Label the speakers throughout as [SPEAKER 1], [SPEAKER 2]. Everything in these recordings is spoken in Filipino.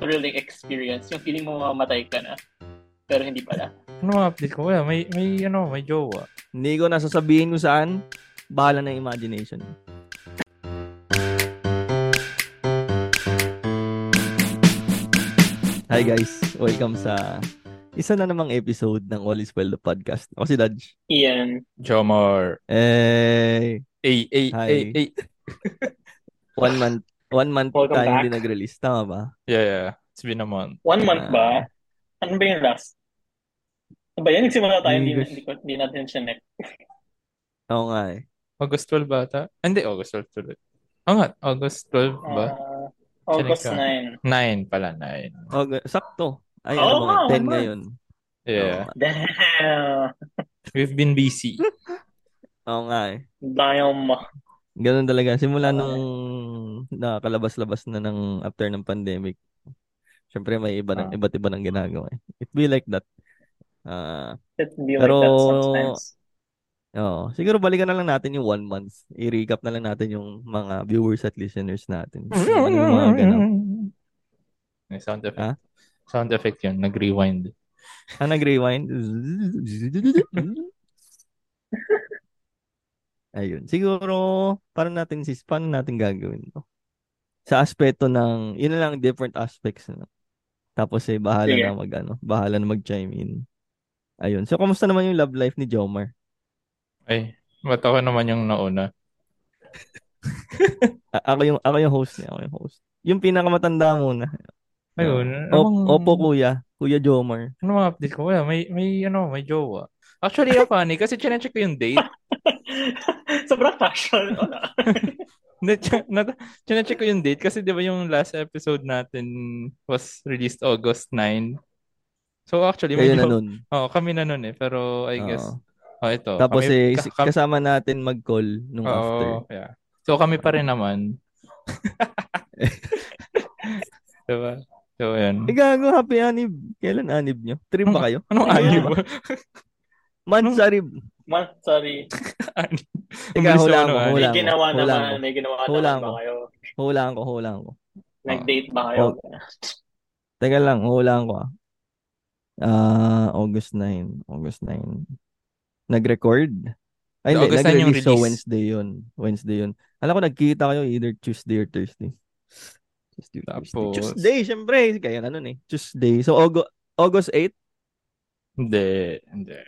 [SPEAKER 1] thrilling experience. Yung feeling mo mamamatay ka na. Pero hindi pala.
[SPEAKER 2] Ano mga update ko? Wala, may, may, ano, may jowa.
[SPEAKER 3] Hindi ko nasasabihin kung saan. Bahala na yung imagination. Hi guys, welcome sa isa na namang episode ng All Is Well the podcast. Ako si Dodge.
[SPEAKER 1] Ian,
[SPEAKER 2] Jomar.
[SPEAKER 3] Eh,
[SPEAKER 2] Ay, ay,
[SPEAKER 3] Hi.
[SPEAKER 2] ay, ay.
[SPEAKER 3] one month, one month
[SPEAKER 1] Welcome
[SPEAKER 3] tayo
[SPEAKER 1] back.
[SPEAKER 3] hindi nag-release. Tama ba?
[SPEAKER 2] Yeah, yeah. It's been a month.
[SPEAKER 1] one month ba? Ano ba yung last? Ano ba yan? Nagsimula tayo, hindi,
[SPEAKER 3] Hindi ko-
[SPEAKER 1] hindi, ko- hindi natin siya next.
[SPEAKER 3] Oo nga eh.
[SPEAKER 2] August 12 ba ata? Ah, Hindi, August 12 tuloy. Oo nga, August 12 ba?
[SPEAKER 1] Uh, August
[SPEAKER 2] Sinika.
[SPEAKER 1] 9.
[SPEAKER 2] 9 pala, 9.
[SPEAKER 3] Og, Oh, sakto. Ay,
[SPEAKER 1] Oo
[SPEAKER 3] ano ba?
[SPEAKER 1] nga,
[SPEAKER 3] 10
[SPEAKER 1] one month.
[SPEAKER 3] ngayon.
[SPEAKER 2] Yeah.
[SPEAKER 1] Damn!
[SPEAKER 2] We've been busy.
[SPEAKER 3] Oo nga eh.
[SPEAKER 1] Damn!
[SPEAKER 3] Ganun talaga. Simula nung nakalabas-labas na ng after ng pandemic. Siyempre may iba ng,
[SPEAKER 2] Ah.
[SPEAKER 3] iba't iba ng ginagawa. eh. It be like that. Ah,
[SPEAKER 1] It be
[SPEAKER 3] Pero-
[SPEAKER 1] like that sometimes.
[SPEAKER 3] oo. siguro balikan na lang natin yung one month. I-recap na lang natin yung mga viewers at listeners natin. Ano yung mga ganap?
[SPEAKER 2] May sound effect.
[SPEAKER 3] Ha?
[SPEAKER 2] Sound effect yun. Nag-rewind.
[SPEAKER 3] Ah, nag-rewind. Ayun. Siguro, para natin sis, paano natin gagawin to? Sa aspeto ng, yun na lang, different aspects. Na. Tapos eh, bahala
[SPEAKER 1] Sige.
[SPEAKER 3] na mag, ano, bahala na mag-chime in. Ayun. So, kamusta naman yung love life ni Jomar?
[SPEAKER 2] Ay, ba't ako naman yung nauna?
[SPEAKER 3] A- ako yung, ako yung host niya. Ako yung host. Yung pinakamatanda muna.
[SPEAKER 2] Ayun.
[SPEAKER 3] O-
[SPEAKER 2] anong-
[SPEAKER 3] Opo, kuya. Kuya Jomar.
[SPEAKER 2] Ano mga update ko? Wala, may, may, ano, may jowa. Actually, ang funny, kasi chinecheck ko yung date.
[SPEAKER 1] Sobrang casual. Wala.
[SPEAKER 2] Hindi, ch- nat- Chinecheck ko yung date kasi di ba yung last episode natin was released August 9. So actually, may
[SPEAKER 3] Kayo na
[SPEAKER 2] jowa-
[SPEAKER 3] nun.
[SPEAKER 2] oh, kami na nun eh. Pero I guess,
[SPEAKER 3] Oo.
[SPEAKER 2] oh, ito.
[SPEAKER 3] Tapos
[SPEAKER 2] kami,
[SPEAKER 3] eh,
[SPEAKER 2] ka-
[SPEAKER 3] si-
[SPEAKER 2] ka-
[SPEAKER 3] kasama natin mag-call nung
[SPEAKER 2] oo,
[SPEAKER 3] after.
[SPEAKER 2] yeah. So kami pa rin naman. diba? So yun.
[SPEAKER 3] Eh, gago, happy anib. Kailan anib nyo? Trip ba kayo?
[SPEAKER 2] Anong anib? Hmm.
[SPEAKER 3] Mansarib.
[SPEAKER 1] Man, sorry.
[SPEAKER 2] Anib.
[SPEAKER 3] Ikaw,
[SPEAKER 2] Bilis
[SPEAKER 3] hula
[SPEAKER 2] naman ng
[SPEAKER 3] ko, hula
[SPEAKER 1] May
[SPEAKER 3] ko.
[SPEAKER 1] ginawa
[SPEAKER 3] Hula
[SPEAKER 1] naman.
[SPEAKER 3] ko.
[SPEAKER 1] May ginawa
[SPEAKER 3] Hula
[SPEAKER 1] naman ba
[SPEAKER 3] ko.
[SPEAKER 1] kayo?
[SPEAKER 3] Hulaan ko, hulaan ko.
[SPEAKER 1] Nag-date ba kayo?
[SPEAKER 3] Teka lang, hulaan ko ah. Ah, August 9. August 9. Nag-record?
[SPEAKER 2] So,
[SPEAKER 3] Ay, hindi.
[SPEAKER 2] August 9 yung
[SPEAKER 3] Nag-release. So,
[SPEAKER 2] release.
[SPEAKER 3] Wednesday yun. Wednesday yun. Alam ko, nagkita kayo either Tuesday or Thursday. Tuesday, or Thursday.
[SPEAKER 2] Tapos-
[SPEAKER 3] Tuesday, syempre. Kaya na nun eh. Tuesday. So, August, August 8?
[SPEAKER 2] Hindi. Hindi.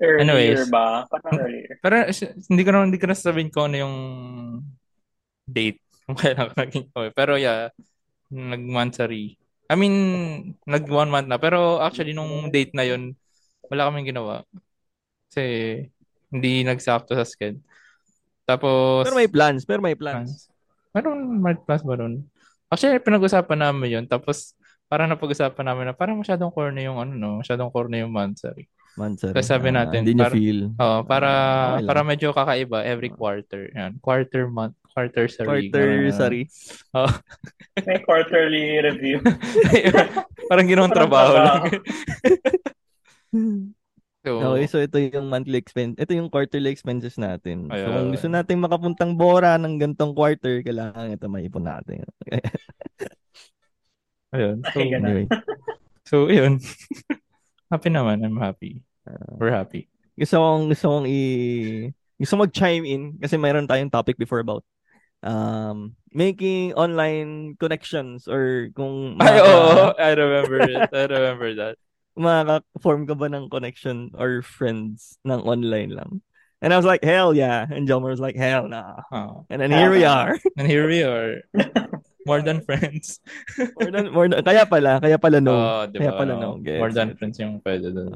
[SPEAKER 1] Earlier
[SPEAKER 2] Anyways.
[SPEAKER 1] ba? Parang earlier.
[SPEAKER 2] Pero s- hindi ko naman hindi ko na sasabihin ko ano yung date kung kailan ako naging okay. Pero yeah, nag monthsary. I mean, nag one month na. Pero actually, nung date na yun, wala kaming ginawa. Kasi hindi nagsakto sa sked. Tapos,
[SPEAKER 3] Pero may plans. Pero may
[SPEAKER 2] plans.
[SPEAKER 3] plans.
[SPEAKER 2] Meron, may plans ba nun? Actually, pinag-usapan namin yun. Tapos, parang napag-usapan namin na parang masyadong corny yung ano, no? Masyadong corny yung monthsary.
[SPEAKER 3] Mansarib.
[SPEAKER 2] Tapos sabi
[SPEAKER 3] Ah,
[SPEAKER 2] natin,
[SPEAKER 3] Hindi nyo
[SPEAKER 2] par-
[SPEAKER 3] feel.
[SPEAKER 2] Oh, para
[SPEAKER 3] Okay lang.
[SPEAKER 2] para medyo kakaiba every quarter. Yan, quarter month, Ah. quarter sari.
[SPEAKER 3] Quarter,
[SPEAKER 2] ganun.
[SPEAKER 3] sorry.
[SPEAKER 2] Oh,
[SPEAKER 1] May quarterly review.
[SPEAKER 2] parang ginawang
[SPEAKER 1] Parang
[SPEAKER 2] trabaho lang. so,
[SPEAKER 3] Okay, so ito yung monthly expense. Ito yung quarterly expenses natin.
[SPEAKER 2] Ayan.
[SPEAKER 3] So kung gusto natin makapuntang Bora ng gantong quarter, kailangan ito maipon natin.
[SPEAKER 2] ayun. So,
[SPEAKER 1] Ay, ganun.
[SPEAKER 3] Anyway,
[SPEAKER 2] so yun. happy naman, I'm happy. We're happy.
[SPEAKER 3] gusto kong gusto kong i gusto kong mag-chime in kasi mayroon tayong topic before about um making online connections or kung
[SPEAKER 2] Ay,
[SPEAKER 3] maka-
[SPEAKER 2] oo, I remember it. I remember that.
[SPEAKER 3] maka-form ka ba ng connection or friends ng online lang. And I was like, hell yeah. And Jomar was like, hell nah.
[SPEAKER 2] Oh.
[SPEAKER 3] And then here we are.
[SPEAKER 2] And here we are. More than friends.
[SPEAKER 3] more than, more than, kaya pala, kaya pala no.
[SPEAKER 2] Oh, di
[SPEAKER 3] Kaya
[SPEAKER 2] ba,
[SPEAKER 3] pala,
[SPEAKER 2] no?
[SPEAKER 3] no. Gets,
[SPEAKER 2] More than
[SPEAKER 3] gets.
[SPEAKER 2] friends yung pwede doon.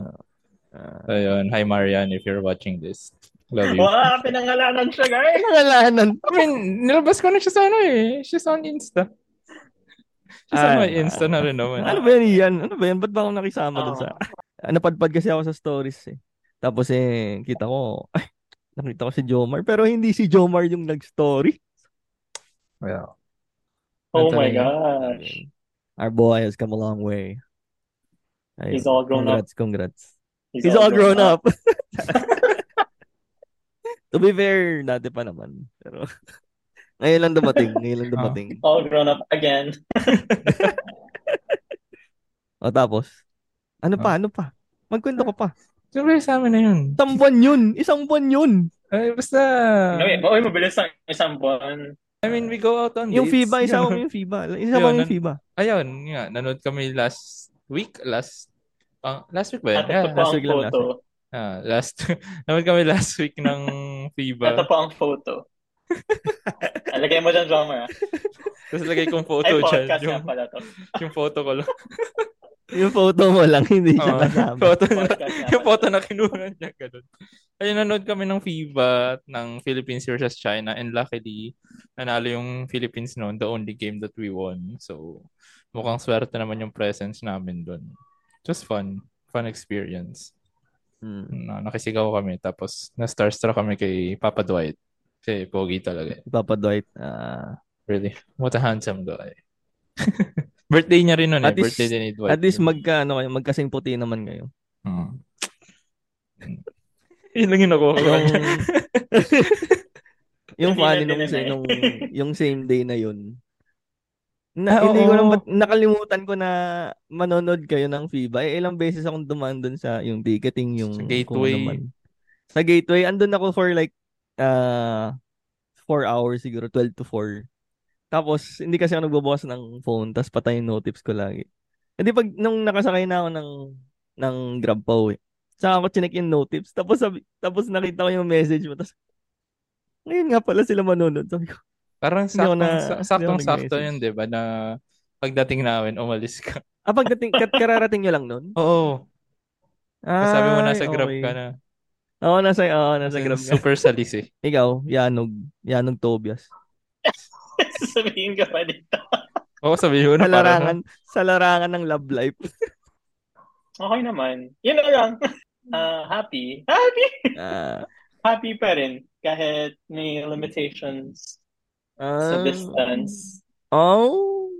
[SPEAKER 3] Ah.
[SPEAKER 2] So, yun. Hi, Marian, if you're watching this. Love you.
[SPEAKER 1] Wow, pinangalanan siya, guys!
[SPEAKER 3] Nangalanan.
[SPEAKER 2] I mean, nilabas ko na siya sa ano eh. She's on Insta. She's
[SPEAKER 3] Ah,
[SPEAKER 2] on my Insta na rin naman.
[SPEAKER 3] Ano ba yan, Ian? Ano ba yan? Ba't ba ako nakisama dun
[SPEAKER 1] Oo.
[SPEAKER 3] sa... Ah, Napadpad kasi ako sa stories eh. Tapos eh, kita ko, ay, nakita ko si Jomar. Pero hindi si Jomar yung nag-story.
[SPEAKER 2] Yeah.
[SPEAKER 1] Oh
[SPEAKER 2] Ito
[SPEAKER 1] my
[SPEAKER 2] rin.
[SPEAKER 1] gosh.
[SPEAKER 3] Our boy has come a long way. Ayun.
[SPEAKER 1] He's all grown
[SPEAKER 3] congrats, up. Congrats, He's, all, grown, up. to be fair, dati pa naman. Pero Ngayon lang dumating. Ngayon lang dumating.
[SPEAKER 1] All grown up again.
[SPEAKER 3] O tapos? Ano pa? Ano pa? Magkwento ka pa.
[SPEAKER 2] Siyempre, sa amin na yun.
[SPEAKER 3] Isang buwan yun! Isang buwan yun!
[SPEAKER 2] Ay, basta,
[SPEAKER 3] Ah.
[SPEAKER 1] Uy, uy, mabilis ang isang buwan.
[SPEAKER 2] I mean, we go out on
[SPEAKER 3] Yung
[SPEAKER 2] dates.
[SPEAKER 3] FIBA, isama mo
[SPEAKER 2] Ganun.
[SPEAKER 3] yung FIBA. Isama mo
[SPEAKER 2] Yun,
[SPEAKER 3] yung FIBA.
[SPEAKER 2] Ayun, yun nga, nanood kami last week, last, ah, last week ba yun?
[SPEAKER 1] At
[SPEAKER 2] Yeah,
[SPEAKER 1] ito po
[SPEAKER 3] nasa
[SPEAKER 1] ang
[SPEAKER 3] biglang nasa.
[SPEAKER 1] photo.
[SPEAKER 2] ah, last, nanood kami last week ng
[SPEAKER 1] Ito
[SPEAKER 2] FIBA.
[SPEAKER 1] po ang photo. Alagay mo dyan, drummer. ah.
[SPEAKER 2] Tapos lagay kong
[SPEAKER 1] Ay,
[SPEAKER 2] photo dyan,
[SPEAKER 1] podcast
[SPEAKER 2] yung,
[SPEAKER 1] nga pala to.
[SPEAKER 2] yung photo ko lang.
[SPEAKER 3] Yung photo mo lang, hindi siya
[SPEAKER 2] Oo.
[SPEAKER 3] kasama.
[SPEAKER 2] photo na,
[SPEAKER 1] Podcast nga
[SPEAKER 2] yung
[SPEAKER 1] pala.
[SPEAKER 2] photo na kinuha niya, ganun. Ayun, nanood kami ng FIBA ng Philippines versus China and luckily, nanalo yung Philippines noon, the only game that we won. So, mukhang swerte naman yung presence namin doon. Just fun. Fun experience.
[SPEAKER 3] Hmm.
[SPEAKER 2] Na, nakisigaw kami. Tapos, na-starstruck kami kay Papa Dwight. Kasi, pogi talaga. eh.
[SPEAKER 3] Papa Dwight. ah,
[SPEAKER 2] Really. What a handsome guy. Birthday niya rin noon eh.
[SPEAKER 3] At least-
[SPEAKER 2] Birthday din ni Dwight.
[SPEAKER 3] at least magka, ano, kayo, magkasing puti naman kayo.
[SPEAKER 2] Mm. Yun lang yun ako.
[SPEAKER 3] Yung, yung
[SPEAKER 1] Hindi
[SPEAKER 3] funny
[SPEAKER 1] na
[SPEAKER 3] nung,
[SPEAKER 1] dinenay.
[SPEAKER 3] nung, yung same day na yun.
[SPEAKER 2] Ah,
[SPEAKER 3] Na, hindi ko
[SPEAKER 2] oo.
[SPEAKER 3] lang, ba't- nakalimutan ko na manonood kayo ng FIBA. Eh, ilang beses akong dumaan dun sa yung ticketing, yung
[SPEAKER 2] Sa
[SPEAKER 3] kung
[SPEAKER 2] gateway.
[SPEAKER 3] ano man. Sa gateway, andun ako for like uh, 4 hours siguro, 12 to 4. Tapos, hindi kasi ako nagbubukas ng phone, tapos patay yung notips ko lagi. Hindi pag, nung nakasakay na ako ng, ng Grab pa uwi, saka ako chinek yung notips, tapos, sabi, tapos nakita ko yung message mo, tapos, ngayon nga pala sila manunod. Sabi ko,
[SPEAKER 2] Parang
[SPEAKER 3] Hindi ako
[SPEAKER 2] saktong,
[SPEAKER 3] na-
[SPEAKER 2] sa-
[SPEAKER 3] hindi ako
[SPEAKER 2] saktong-sakto
[SPEAKER 3] nag-message.
[SPEAKER 2] yun, di ba? Na pagdating namin, umalis ka.
[SPEAKER 3] ah, pagdating, kat, kararating nyo lang nun?
[SPEAKER 2] Oo. Sabi mo nasa
[SPEAKER 3] Ay,
[SPEAKER 2] grab
[SPEAKER 3] okay.
[SPEAKER 2] ka na.
[SPEAKER 3] Oo, nasa, oo, nasa grab ka.
[SPEAKER 2] Super salis eh.
[SPEAKER 3] Ikaw, Yanog, Yanog Tobias.
[SPEAKER 1] Sasabihin ka pa dito.
[SPEAKER 2] Oo, sabi mo
[SPEAKER 3] Sa
[SPEAKER 2] na parang.
[SPEAKER 3] larangan, sa larangan ng love life.
[SPEAKER 1] Okay naman. Yun na lang. Ah, happy. Happy!
[SPEAKER 3] Ah,
[SPEAKER 1] Happy pa rin. Kahit may limitations sa
[SPEAKER 3] ah,
[SPEAKER 1] distance.
[SPEAKER 3] Oh.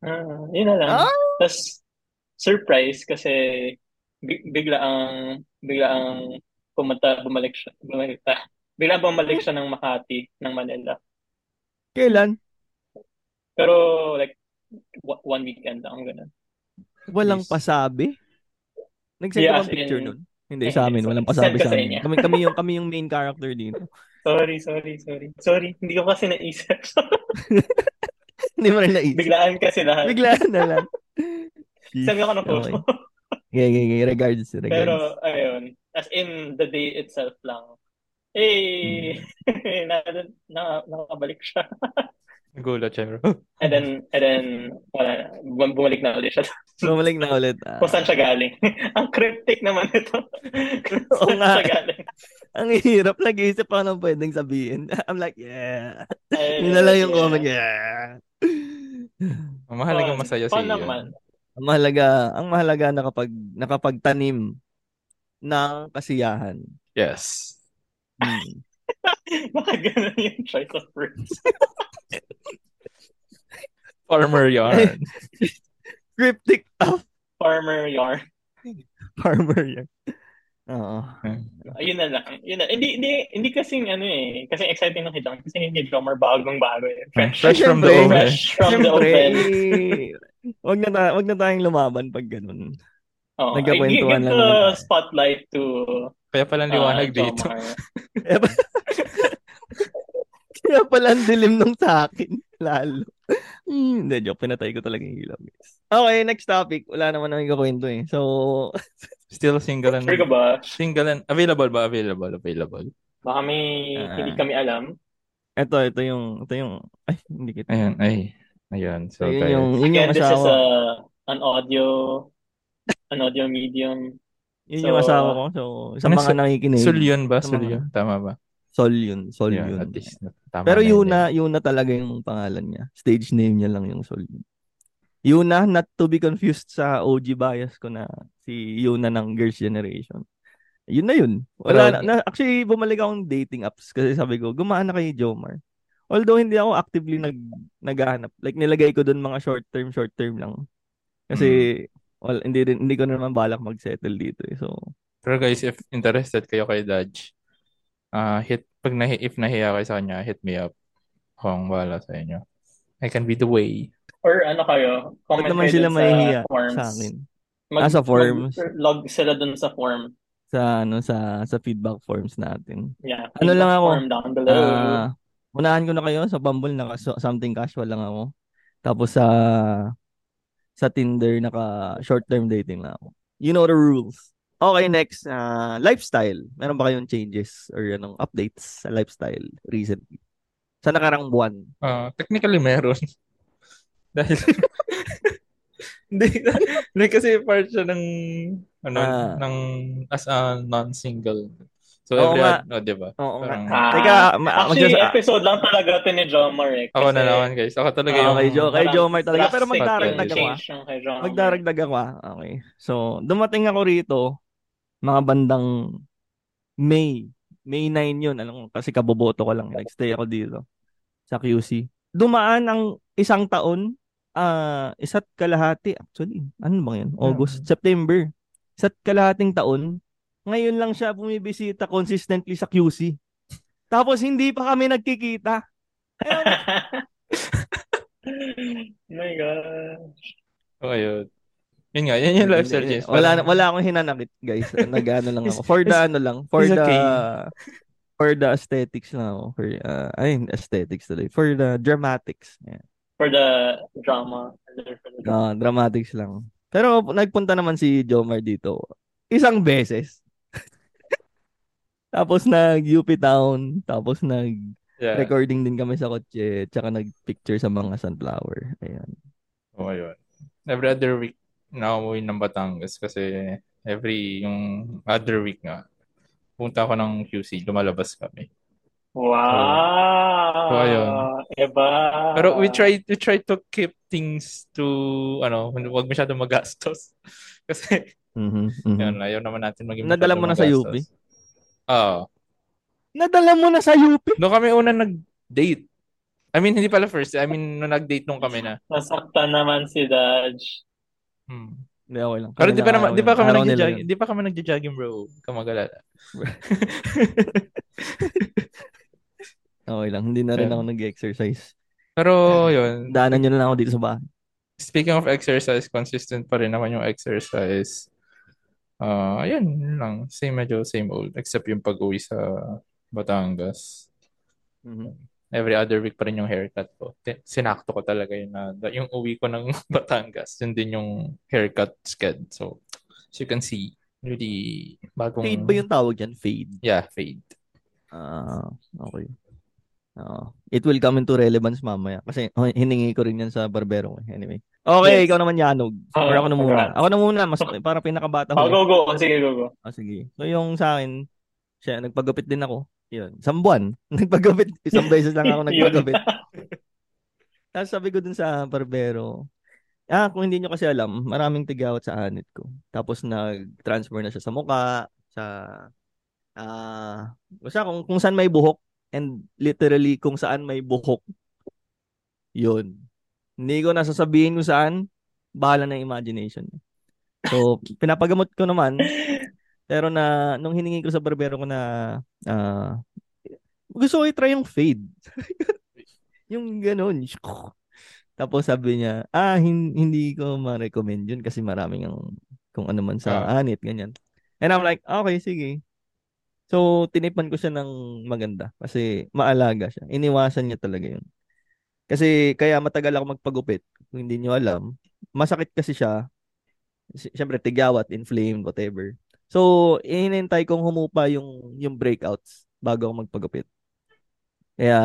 [SPEAKER 1] Ah, yun na lang.
[SPEAKER 3] Ah.
[SPEAKER 1] Tapos, surprise kasi bi- bigla ang bigla ang pumunta bumalik siya bumalik ta. Bigla bumalik siya ng Makati ng Manila.
[SPEAKER 3] Kailan?
[SPEAKER 1] Pero like wa- one weekend lang ganun.
[SPEAKER 3] Walang
[SPEAKER 2] Yes.
[SPEAKER 3] pasabi? Nag-send
[SPEAKER 1] Yeah,
[SPEAKER 3] ka
[SPEAKER 1] as
[SPEAKER 3] bang picture
[SPEAKER 1] in-
[SPEAKER 3] nun? Hindi,
[SPEAKER 1] Eh,
[SPEAKER 3] sa amin.
[SPEAKER 1] so-
[SPEAKER 3] Walang
[SPEAKER 1] send ko
[SPEAKER 3] pasabi sa
[SPEAKER 1] sa
[SPEAKER 3] amin.
[SPEAKER 1] inyo.
[SPEAKER 3] Kami, kami, yung, kami yung main character dito.
[SPEAKER 1] Sorry, sorry, sorry. Sorry, hindi ko kasi naisip.
[SPEAKER 3] Hindi mo rin naisip.
[SPEAKER 1] Biglaan kasi lahat.
[SPEAKER 3] Biglaan na lang.
[SPEAKER 1] Send ko na photo.
[SPEAKER 3] Okay. Okay, okay, okay. Regards, regards.
[SPEAKER 1] Pero ayun, as in the day itself lang. Eh, na, na, nakabalik siya.
[SPEAKER 2] Nagulat siya. bro.
[SPEAKER 1] And then, and then, wala na. Bum- Bumalik na ulit siya.
[SPEAKER 3] Bumalik na ulit. Ah,
[SPEAKER 1] Kung saan siya galing. Ang cryptic naman ito. Kung
[SPEAKER 3] Oo
[SPEAKER 1] saan
[SPEAKER 3] nga.
[SPEAKER 1] siya galing.
[SPEAKER 3] ang hirap. Nag-iisip ako ng pwedeng sabihin. I'm like, yeah.
[SPEAKER 1] Eh,
[SPEAKER 3] Yun na lang yung
[SPEAKER 1] yeah.
[SPEAKER 3] comment. Yeah.
[SPEAKER 2] Mahalaga
[SPEAKER 1] Fun.
[SPEAKER 2] masaya
[SPEAKER 1] Fun
[SPEAKER 2] siya.
[SPEAKER 1] naman.
[SPEAKER 3] Ang mahalaga, ang mahalaga nakapag, nakapagtanim ng kasiyahan.
[SPEAKER 2] Yes.
[SPEAKER 3] Hmm.
[SPEAKER 1] Baka ganun yung choice of words.
[SPEAKER 2] Farmer yarn.
[SPEAKER 3] Cryptic of
[SPEAKER 1] Farmer yarn.
[SPEAKER 3] farmer yan. Oo.
[SPEAKER 1] Ayun na lang. Yun na. Hindi, hindi, hindi kasing ano eh. Kasi exciting na kita. Kasi hindi drummer bagong-bago eh. Fresh.
[SPEAKER 2] Fresh from eh. the
[SPEAKER 3] Siyempre.
[SPEAKER 2] oven.
[SPEAKER 1] Fresh from the
[SPEAKER 3] Siyempre,
[SPEAKER 1] oven.
[SPEAKER 3] eh, wag na, ta- wag na tayong lumaban pag ganun.
[SPEAKER 1] Oh,
[SPEAKER 3] Nagkakwentuhan lang naman.
[SPEAKER 1] spotlight to
[SPEAKER 2] Kaya pala
[SPEAKER 1] uh,
[SPEAKER 2] liwanag dito.
[SPEAKER 1] Jomar.
[SPEAKER 3] Eh, ba- Kaya pala ang dilim nung sa akin. Lalo. Hmm, Hindi, joke. Pinatay ko talaga yung ilaw, guys. Okay, next topic. Wala naman namin kakwento eh. So,
[SPEAKER 2] Still single and...
[SPEAKER 1] Sure ka ba?
[SPEAKER 2] Single and... Available ba? Available, available.
[SPEAKER 1] Baka may
[SPEAKER 3] Ah.
[SPEAKER 1] hindi kami alam.
[SPEAKER 3] eto, ito yung, ito yung, ay, hindi kita.
[SPEAKER 2] Ayan, ay. Ayan. So,
[SPEAKER 3] Ayun
[SPEAKER 2] guys.
[SPEAKER 3] yung, yun yung
[SPEAKER 1] Again, this is
[SPEAKER 3] asawa.
[SPEAKER 1] a, an audio an audio medium.
[SPEAKER 3] Yun yung
[SPEAKER 1] so-
[SPEAKER 3] asawa ko. So, sa
[SPEAKER 2] Ano,
[SPEAKER 3] mga
[SPEAKER 2] so-
[SPEAKER 3] nakikinig.
[SPEAKER 2] Sol yun ba?
[SPEAKER 3] Tama
[SPEAKER 2] Sol
[SPEAKER 3] ba?
[SPEAKER 2] yun. Tama ba?
[SPEAKER 3] Sol yun. Sol
[SPEAKER 2] Yun,
[SPEAKER 3] yun.
[SPEAKER 2] at least. Tama
[SPEAKER 3] Pero
[SPEAKER 2] na yun eh.
[SPEAKER 3] Yuna, Yuna talaga yung pangalan niya. Stage name niya lang yung Sol yun. Yuna, not to be confused sa OG bias ko na si Yuna ng Girls' Generation. Yun na yun. Wala na,
[SPEAKER 2] Pero-
[SPEAKER 3] na- Actually, bumalik akong dating apps kasi sabi ko, gumaan na kay Jomar. Although hindi ako actively nag naghahanap. Like nilagay ko doon mga short term, short term lang. Kasi
[SPEAKER 1] Hmm.
[SPEAKER 3] wal- hindi rin hindi ko na naman balak mag-settle dito. Eh. So,
[SPEAKER 2] Pero guys, if interested kayo kay Dodge, ah hit pag nahi, if nahiya kayo sa kanya, hit me up. Kung wala sa inyo. I can be the way.
[SPEAKER 1] Or ano kayo,
[SPEAKER 3] Ba't
[SPEAKER 1] comment
[SPEAKER 3] naman
[SPEAKER 1] kayo
[SPEAKER 3] sila
[SPEAKER 1] dun
[SPEAKER 3] mahihiya
[SPEAKER 1] sa forms.
[SPEAKER 3] sa amin?
[SPEAKER 1] Mag-
[SPEAKER 3] Ah, sa forms.
[SPEAKER 1] Mag-log sila dun sa form.
[SPEAKER 3] Sa, ano, sa, sa feedback forms natin.
[SPEAKER 1] Yeah.
[SPEAKER 3] Ano lang ako?
[SPEAKER 1] Form down below.
[SPEAKER 3] Ah, unahan ko na kayo sa Bumble naka something casual lang ako. Tapos sa sa Tinder naka short-term dating lang ako. You know the rules. Okay, next, ah, lifestyle. Meron ba kayong changes or anong updates sa lifestyle recently? Sa nakarang buwan.
[SPEAKER 2] Ah, technically, meron. Dahil... Hindi. Hindi kasi part siya ng... Ano,
[SPEAKER 3] Ah.
[SPEAKER 2] ng... As a non-single. So,
[SPEAKER 3] Oo
[SPEAKER 2] every...
[SPEAKER 3] nga.
[SPEAKER 2] Oh, di ba?
[SPEAKER 3] Oo nga.
[SPEAKER 2] Parang-
[SPEAKER 1] Ah.
[SPEAKER 3] Teka, ma- ah,
[SPEAKER 1] Actually,
[SPEAKER 3] magsa-
[SPEAKER 1] episode lang talaga ito ni eh. John Marek.
[SPEAKER 2] Ako na naman, guys. Ako talaga
[SPEAKER 3] Ah,
[SPEAKER 2] yung...
[SPEAKER 3] okay, Joe. Okay, Joe Mar talaga.
[SPEAKER 1] Drastic
[SPEAKER 3] Pero
[SPEAKER 1] yung
[SPEAKER 3] magdaragdag ako, ah.
[SPEAKER 1] eh, change ng kay John Mark.
[SPEAKER 3] Magdaragdag ako ah. Okay. So, dumating ako rito, mga bandang May. May 9 yun. Alam ko, kasi kaboboto ko lang. Nagstay ako dito sa QC. Dumaan ang isang taon, ah isa't kalahati actually. Ano ba yun? August, September. Isa't kalahating taon. Ngayon lang siya bumibisita consistently sa QC. Tapos hindi pa kami nagkikita.
[SPEAKER 1] my God.
[SPEAKER 2] Oh, yun. Yun nga, yun yung lifestyle change.
[SPEAKER 3] Wala
[SPEAKER 2] Parang-
[SPEAKER 3] wala akong hinanakit, guys. Nag-ano lang ako. For the
[SPEAKER 2] It's-
[SPEAKER 3] ano lang, for
[SPEAKER 2] it's
[SPEAKER 3] the
[SPEAKER 2] okay.
[SPEAKER 3] for the aesthetics lang ako. For uh, I mean aesthetics tuloy. For the dramatics. Yeah.
[SPEAKER 1] For the drama. For the drama.
[SPEAKER 3] Ah, dramatics lang. Pero nagpunta naman si Jomar dito. Isang beses. tapos nag-UP Town, tapos nag-recording
[SPEAKER 2] Yeah.
[SPEAKER 3] din kami sa kotse, tsaka nag-picture sa mga sunflower. Ayan.
[SPEAKER 2] Oh, yun. Every other week, nakauwi ng Batangas kasi every yung other week nga, punta ako ng QC, lumalabas kami.
[SPEAKER 1] Wow.
[SPEAKER 2] So, Oh. ayun.
[SPEAKER 1] Eba.
[SPEAKER 2] Pero
[SPEAKER 3] Ah.
[SPEAKER 2] we try we try to keep things to ano, wag masyado magastos. Kasi
[SPEAKER 3] Mhm, mhm.
[SPEAKER 2] yun, ayaw naman natin maging
[SPEAKER 3] Nadala
[SPEAKER 2] masyado
[SPEAKER 3] mo na sa
[SPEAKER 2] magastos.
[SPEAKER 3] UP?
[SPEAKER 2] Oo.
[SPEAKER 3] Nadala mo na sa UP.
[SPEAKER 2] Doon kami una nag-date. I mean, hindi pala first. I mean, nung nag-date nung kami na.
[SPEAKER 1] Nasaktan naman si Dodge.
[SPEAKER 2] Hmm.
[SPEAKER 3] Hindi, okay lang.
[SPEAKER 2] Pero di pa, naman, di pa kami
[SPEAKER 3] ano Araw nila
[SPEAKER 2] nagja
[SPEAKER 3] yun.
[SPEAKER 2] di pa kami nagja-jogging, bro. Kamagalala.
[SPEAKER 3] Okay lang, hindi na rin
[SPEAKER 2] Ayun.
[SPEAKER 3] ako nag-exercise.
[SPEAKER 2] Pero
[SPEAKER 3] Hmm.
[SPEAKER 2] yun,
[SPEAKER 3] Daanan nyo na lang ako dito sa bahay.
[SPEAKER 2] speaking of exercise, consistent pa rin naman yung exercise. Ah, ayun yun lang. Same medyo same old. Except yung pag-uwi sa Batangas.
[SPEAKER 1] Mm-hmm.
[SPEAKER 2] Every other week pa rin yung haircut ko. Ti- Sinakto ko talaga yun na da- yung uwi ko ng Batangas. Yun din yung haircut sked. So, as you can see, really bagong...
[SPEAKER 3] Fade ba yung tawag yan? Fade.
[SPEAKER 2] Yeah, fade.
[SPEAKER 3] Ah, okay. Oo. it will come into relevance mamaya. Kasi oh, hiningi ko rin yan sa barbero ko. eh. Anyway. Okay,
[SPEAKER 1] Yes.
[SPEAKER 3] ikaw naman, Yanog. Or
[SPEAKER 1] Ah,
[SPEAKER 3] ako na muna.
[SPEAKER 1] congrats.
[SPEAKER 3] Ako na muna. Mas, para pinakabata
[SPEAKER 1] Oh, go,
[SPEAKER 3] ko.
[SPEAKER 1] go. Sige, go, go.
[SPEAKER 3] Oh, sige. So, yung sa akin, siya, nagpagupit din ako. Yun. Isang buwan. Nagpagupit. Isang beses lang ako
[SPEAKER 1] Yun.
[SPEAKER 3] nagpagupit. Tapos sabi ko dun sa barbero, ah, kung hindi nyo kasi alam, maraming tigawat sa anit ko. Tapos nag-transfer na siya sa muka, sa, ah, basta kung, kung saan may buhok, and literally kung saan may buhok, yun. Hindi ko nasasabihin kung saan, bahala na yung imagination. niya. So, pinapagamot ko naman, pero na, nung hiningi ko sa barbero ko na, ah, gusto ko i-try yung fade. yung ganun. Tapos sabi niya, ah, hin- hindi ko ma-recommend yun kasi maraming ang kung ano man sa anit, ganyan. And I'm like, okay, sige. So, tinipan ko siya ng maganda kasi maalaga siya. Iniwasan niya talaga yun. Kasi kaya matagal ako magpagupit, kung hindi niyo alam. Masakit kasi siya. Si- Siyempre, tigawat, inflamed, whatever. So, inintay kong humupa yung, yung breakouts bago ako magpagupit. Kaya,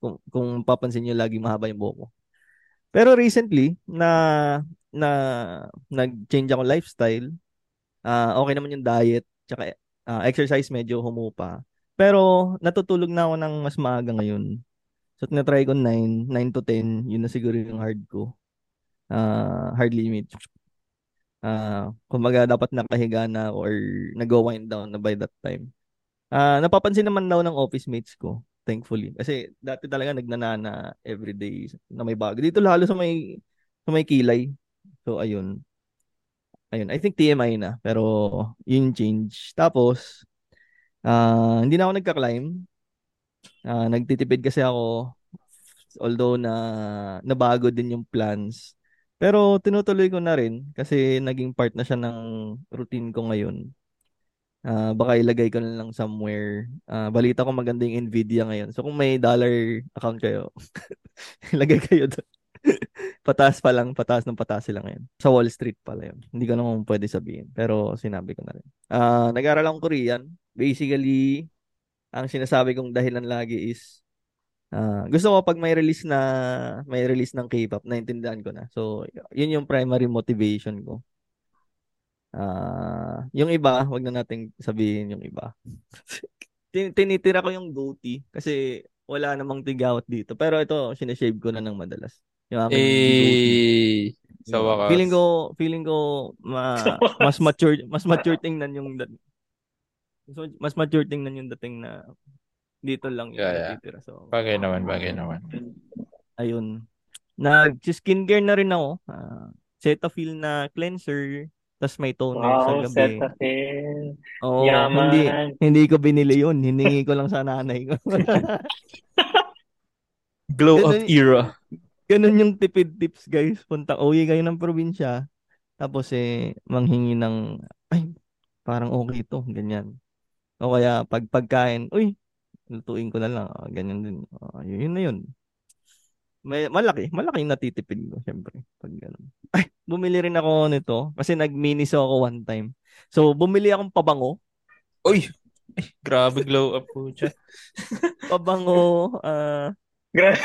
[SPEAKER 3] kung, kung papansin niyo lagi mahaba yung buhok ko. Pero recently na na nag-change ako lifestyle. Ah, okay naman yung diet tsaka ah, exercise medyo humupa. Pero natutulog na ako ng mas maaga ngayon. So tinatry ko 9, 9 to 10, yun na siguro yung hard ko. Ah, hard limit. Ah, kumbaga dapat nakahiga na ako or nag-wind down na by that time. Ah, napapansin naman daw ng office mates ko thankfully. Kasi dati talaga nagnanana everyday na may bago. Dito lalo sa may sa may kilay. So ayun. Ayun, I think TMI na pero yun change. Tapos ah, hindi na ako nagka-climb. Ah, nagtitipid kasi ako although na nabago din yung plans. Pero tinutuloy ko na rin kasi naging part na siya ng routine ko ngayon. Ah, baka ilagay ko na lang somewhere. Ah, balita ko maganda yung Nvidia ngayon. So kung may dollar account kayo, ilagay kayo doon. pataas pa lang, pataas ng pataas sila ngayon. Sa Wall Street pala yun. Hindi ko naman pwede sabihin, pero sinabi ko na rin. Ah, nag-aral akong Korean. Basically, ang sinasabi kong dahilan lagi is ah, gusto ko pag may release na may release ng K-pop, naintindihan ko na. So, yun yung primary motivation ko. Ah, yung iba, wag na nating sabihin yung iba. Tin- Tinitira ko yung goatee kasi wala namang tigawat dito. Pero ito, sineshave ko na ng madalas. Yung aking goatee.
[SPEAKER 2] Eh, sa wakas.
[SPEAKER 3] Diba? Feeling ko, feeling ko ma, mas mature, mas mature tingnan yung dat- so, mas mature tingnan yung dating na dito lang yung
[SPEAKER 2] Yeah, yeah.
[SPEAKER 3] natitira. So,
[SPEAKER 2] Bagay naman, bagay naman.
[SPEAKER 3] ayun. Nag-skincare na rin ako. Ah, Cetaphil na cleanser, tas may toner sa
[SPEAKER 1] Wow,
[SPEAKER 3] gabi.
[SPEAKER 1] set na fail.
[SPEAKER 3] Oo,
[SPEAKER 1] Yaman.
[SPEAKER 3] hindi, hindi ko binili yun. Hiningi ko lang sa nanay ko.
[SPEAKER 2] Glow
[SPEAKER 3] of
[SPEAKER 2] era.
[SPEAKER 3] Ganun yung tipid tips, guys. Punta, uwi kayo ng probinsya. Tapos eh, manghingi ng, ay, parang okay to, ganyan. O kaya, pag pagkain, uy, lutuin ko na lang. Ah, ganyan din. Ah, yun, yun na yun. May, malaki, malaki yung natitipid ko, syempre. Pag ganun. Ay, bumili rin ako nito. Kasi nag-miniso ako one time. So, bumili akong pabango.
[SPEAKER 2] Uy! Ay, Grabe glow up po siya.
[SPEAKER 3] Pabango, ah,
[SPEAKER 1] Grabe.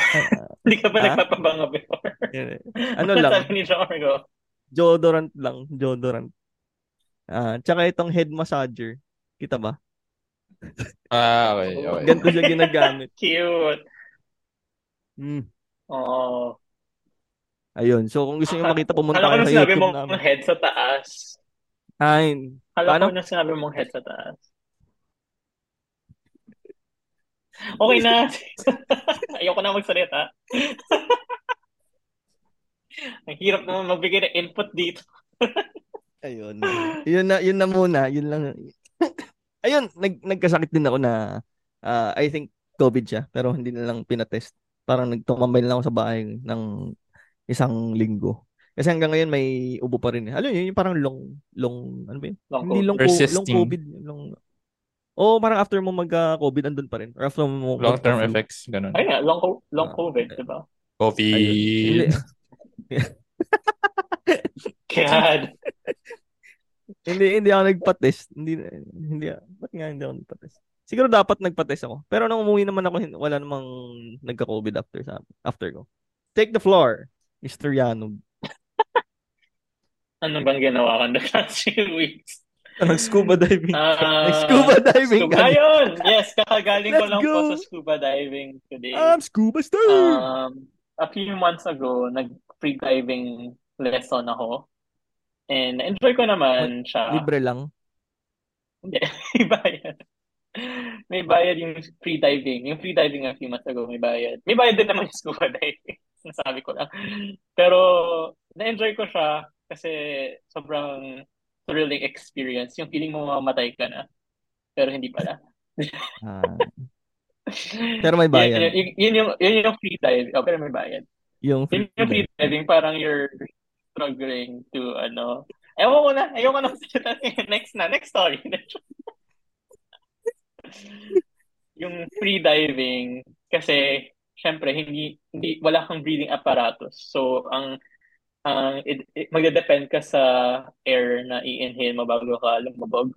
[SPEAKER 1] Hindi ka pa
[SPEAKER 3] Ha?
[SPEAKER 1] nagpapabanga before.
[SPEAKER 3] eh, ano lang.
[SPEAKER 1] Sabi ni Jorgo.
[SPEAKER 3] Deodorant lang. Deodorant. Ah, tsaka itong head massager. Kita ba?
[SPEAKER 2] Ah, okay, okay.
[SPEAKER 3] Ganito siya ginagamit.
[SPEAKER 1] Cute.
[SPEAKER 3] Mm.
[SPEAKER 1] Oo.
[SPEAKER 3] Ayun. So, kung gusto niyo makita, pumunta
[SPEAKER 1] Alam ko
[SPEAKER 3] kayo
[SPEAKER 1] na
[SPEAKER 3] sa
[SPEAKER 1] sinabi
[SPEAKER 3] YouTube
[SPEAKER 1] mong
[SPEAKER 3] namin.
[SPEAKER 1] head sa taas.
[SPEAKER 3] Ay,
[SPEAKER 1] Alam
[SPEAKER 3] Paano?
[SPEAKER 1] ko na sinabi mong head sa taas. Okay na. Ayoko na magsalita. Ang hirap naman magbigay ng input dito.
[SPEAKER 3] ayun. Yun na, yun na muna. Yun lang. ayun, nag, nagkasakit din ako na ah, I think COVID siya. Pero hindi na lang pinatest. Parang nagtumambay na lang ako sa bahay ng isang linggo. Kasi hanggang ngayon may ubo pa rin. eh. Alam niyo, yun yung parang long, long, ano ba yun?
[SPEAKER 1] Long
[SPEAKER 3] Hindi long, co- long
[SPEAKER 2] Persisting.
[SPEAKER 3] COVID. Long... Oo, parang after mo magka-COVID, andun pa rin. Or after mo
[SPEAKER 2] Long-term
[SPEAKER 3] magka-flu.
[SPEAKER 2] effects, ganun.
[SPEAKER 1] Ayun nga, long, co- long
[SPEAKER 3] Ah,
[SPEAKER 1] COVID, di ba?
[SPEAKER 3] Hindi.
[SPEAKER 2] Coffee.
[SPEAKER 1] God.
[SPEAKER 3] hindi, hindi ako nagpa-test. Hindi, hindi, ba't nga hindi ako nagpa-test? Siguro dapat nagpa-test ako. Pero nung umuwi naman ako, hin- wala namang nagka-COVID after sa after ko. Take the floor, Mr. Yanog.
[SPEAKER 1] Ano bang ginawa ko the last few weeks?
[SPEAKER 3] Ah, nag-scuba diving.
[SPEAKER 1] Ah,
[SPEAKER 3] nag-scuba diving
[SPEAKER 1] scuba-
[SPEAKER 3] ka.
[SPEAKER 1] Ayun! Yes, kakagaling ko
[SPEAKER 3] Let's
[SPEAKER 1] lang po
[SPEAKER 3] go! Ano?
[SPEAKER 1] sa scuba diving today.
[SPEAKER 3] I'm scuba star.
[SPEAKER 1] Um, a few months ago, nag-free diving lesson ako. And enjoy ko naman siya.
[SPEAKER 3] Libre lang.
[SPEAKER 1] Hindi, may bayad. May bayad yung free diving. Yung free diving a few months ago, may bayad. May bayad din naman yung scuba diving. Nasabi ko lang. Pero, na-enjoy ko siya kasi sobrang thrilling experience. Yung feeling mo mamatay ka na. Pero hindi pala.
[SPEAKER 3] Ah, pero may
[SPEAKER 1] Yun,
[SPEAKER 3] bayad.
[SPEAKER 1] yun, yun yung, yun yung free diving. Oh, pero may bayad.
[SPEAKER 3] Yung
[SPEAKER 1] Yun
[SPEAKER 3] free
[SPEAKER 1] yung free diving, parang you're struggling to, ano, ewan ko na, ewan ko na, next na, next story. yung free diving, kasi, syempre, hindi, hindi, wala kang breathing apparatus. So, ang, ang it, it, magdadepend ka sa air na i-inhale mo bago ka lumubog.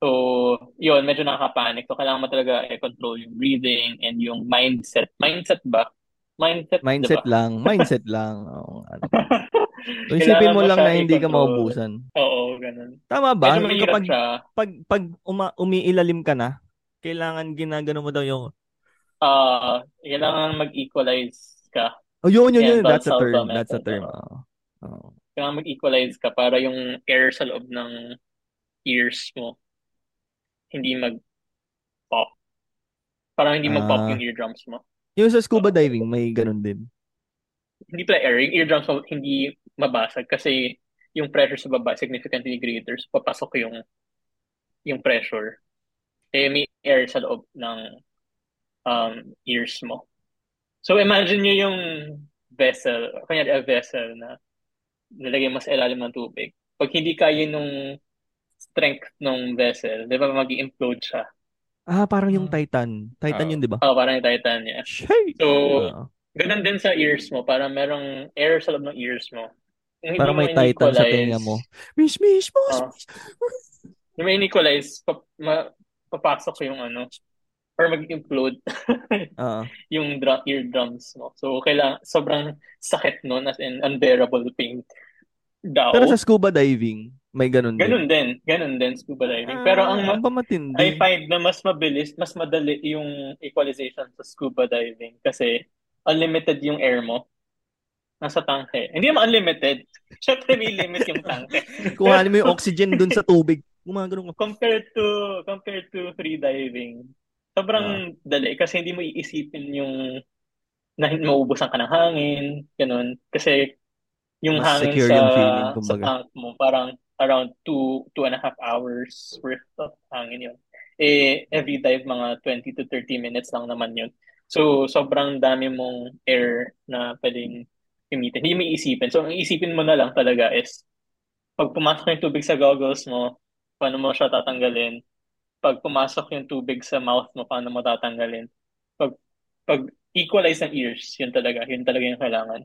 [SPEAKER 1] So, yun, medyo nakaka-panic. So, kailangan mo talaga i-control yung breathing and yung mindset. Mindset ba? Mindset, diba?
[SPEAKER 3] Mindset lang. Mindset lang. Oo, ano.
[SPEAKER 1] Kailangan
[SPEAKER 3] So, isipin
[SPEAKER 1] mo
[SPEAKER 3] mo lang
[SPEAKER 1] siya
[SPEAKER 3] na hindi ka
[SPEAKER 1] i-control.
[SPEAKER 3] maubusan.
[SPEAKER 1] Oo, ganun.
[SPEAKER 3] Tama ba?
[SPEAKER 1] Medyo mahirap
[SPEAKER 3] Kapag
[SPEAKER 1] siya.
[SPEAKER 3] pag, pag uma, umiilalim ka na, kailangan ginagano mo daw yung...
[SPEAKER 1] Ah, kailangan mag-equalize ka.
[SPEAKER 3] Oh, yun, yun,
[SPEAKER 1] Yeah,
[SPEAKER 3] yun. That's a
[SPEAKER 1] basal
[SPEAKER 3] term.
[SPEAKER 1] sa
[SPEAKER 3] That's a
[SPEAKER 1] method,
[SPEAKER 3] term.
[SPEAKER 1] oo.
[SPEAKER 3] Oo. Oo.
[SPEAKER 1] Kailangan mag-equalize ka para yung air sa loob ng ears mo hindi mag-pop. Parang hindi mag-pop
[SPEAKER 3] Ah.
[SPEAKER 1] yung eardrums mo.
[SPEAKER 3] Yung sa scuba diving, may ganun din.
[SPEAKER 1] Hindi pala air. Yung eardrums mo hindi mabasag kasi yung pressure sa baba significantly greater. So, papasok yung yung pressure. Eh, may air sa loob ng um, ears mo. So imagine nyo yung vessel, kanyari a vessel na nilagay mo sa ilalim ng tubig. Pag hindi kaya nung strength ng vessel, di ba mag-implode siya?
[SPEAKER 3] Ah, parang yung
[SPEAKER 2] Mm.
[SPEAKER 3] Titan. Titan
[SPEAKER 2] Oo.
[SPEAKER 3] yun, di ba?
[SPEAKER 1] Oh, parang yung Titan niya.
[SPEAKER 3] Shay!
[SPEAKER 1] So,
[SPEAKER 3] Ah.
[SPEAKER 1] ganun din sa ears mo. Parang merong air sa loob ng ears mo. Yung hindi
[SPEAKER 3] Parang
[SPEAKER 1] mo
[SPEAKER 3] may Titan sa
[SPEAKER 1] in-equalize-
[SPEAKER 3] tenga mo. Mish, mish, mosh,
[SPEAKER 1] Oo.
[SPEAKER 3] mish.
[SPEAKER 1] Yung may in-equalize, pa, ma, papasok yung ano, or mag-implode
[SPEAKER 3] Ah.
[SPEAKER 1] yung drum, eardrums mo. So, kailangan, sobrang sakit nun as in unbearable pain daw.
[SPEAKER 3] Pero sa scuba diving, may ganun din. Ah,
[SPEAKER 1] Ganun din. Ganun din, scuba diving. Pero ang ma-
[SPEAKER 3] Ang ba matindi?
[SPEAKER 1] I find na mas mabilis, mas madali yung equalization sa scuba diving kasi unlimited yung air mo. Nasa tangke. Hindi naman unlimited. Siyempre may limit yung tangke.
[SPEAKER 3] Kuhanin mo yung oxygen dun sa tubig. Gumagano ka.
[SPEAKER 1] Compared to compared to free diving,
[SPEAKER 3] Ah.
[SPEAKER 1] sobrang dali kasi hindi mo iisipin yung na hindi maubusan ka ng hangin, ganun. Kasi yung
[SPEAKER 3] Mas
[SPEAKER 1] hangin
[SPEAKER 3] secure
[SPEAKER 1] sa,
[SPEAKER 3] yung feeling,
[SPEAKER 1] sa
[SPEAKER 3] kumbaga.
[SPEAKER 1] tank mo, parang around two, two and a half hours worth of hangin yun. Eh, every dive, mga 20 to 30 minutes lang naman yun. So, sobrang dami mong air na pwedeng gamitin. Hindi mo iisipin. So, ang isipin mo na lang talaga is, pag pumasok yung tubig sa goggles mo, paano mo siya tatanggalin? Pag pumasok yung tubig sa mouth mo, paano mo tatanggalin? Pag, pag equalize ng ears, yun talaga. Yun talaga yung kailangan.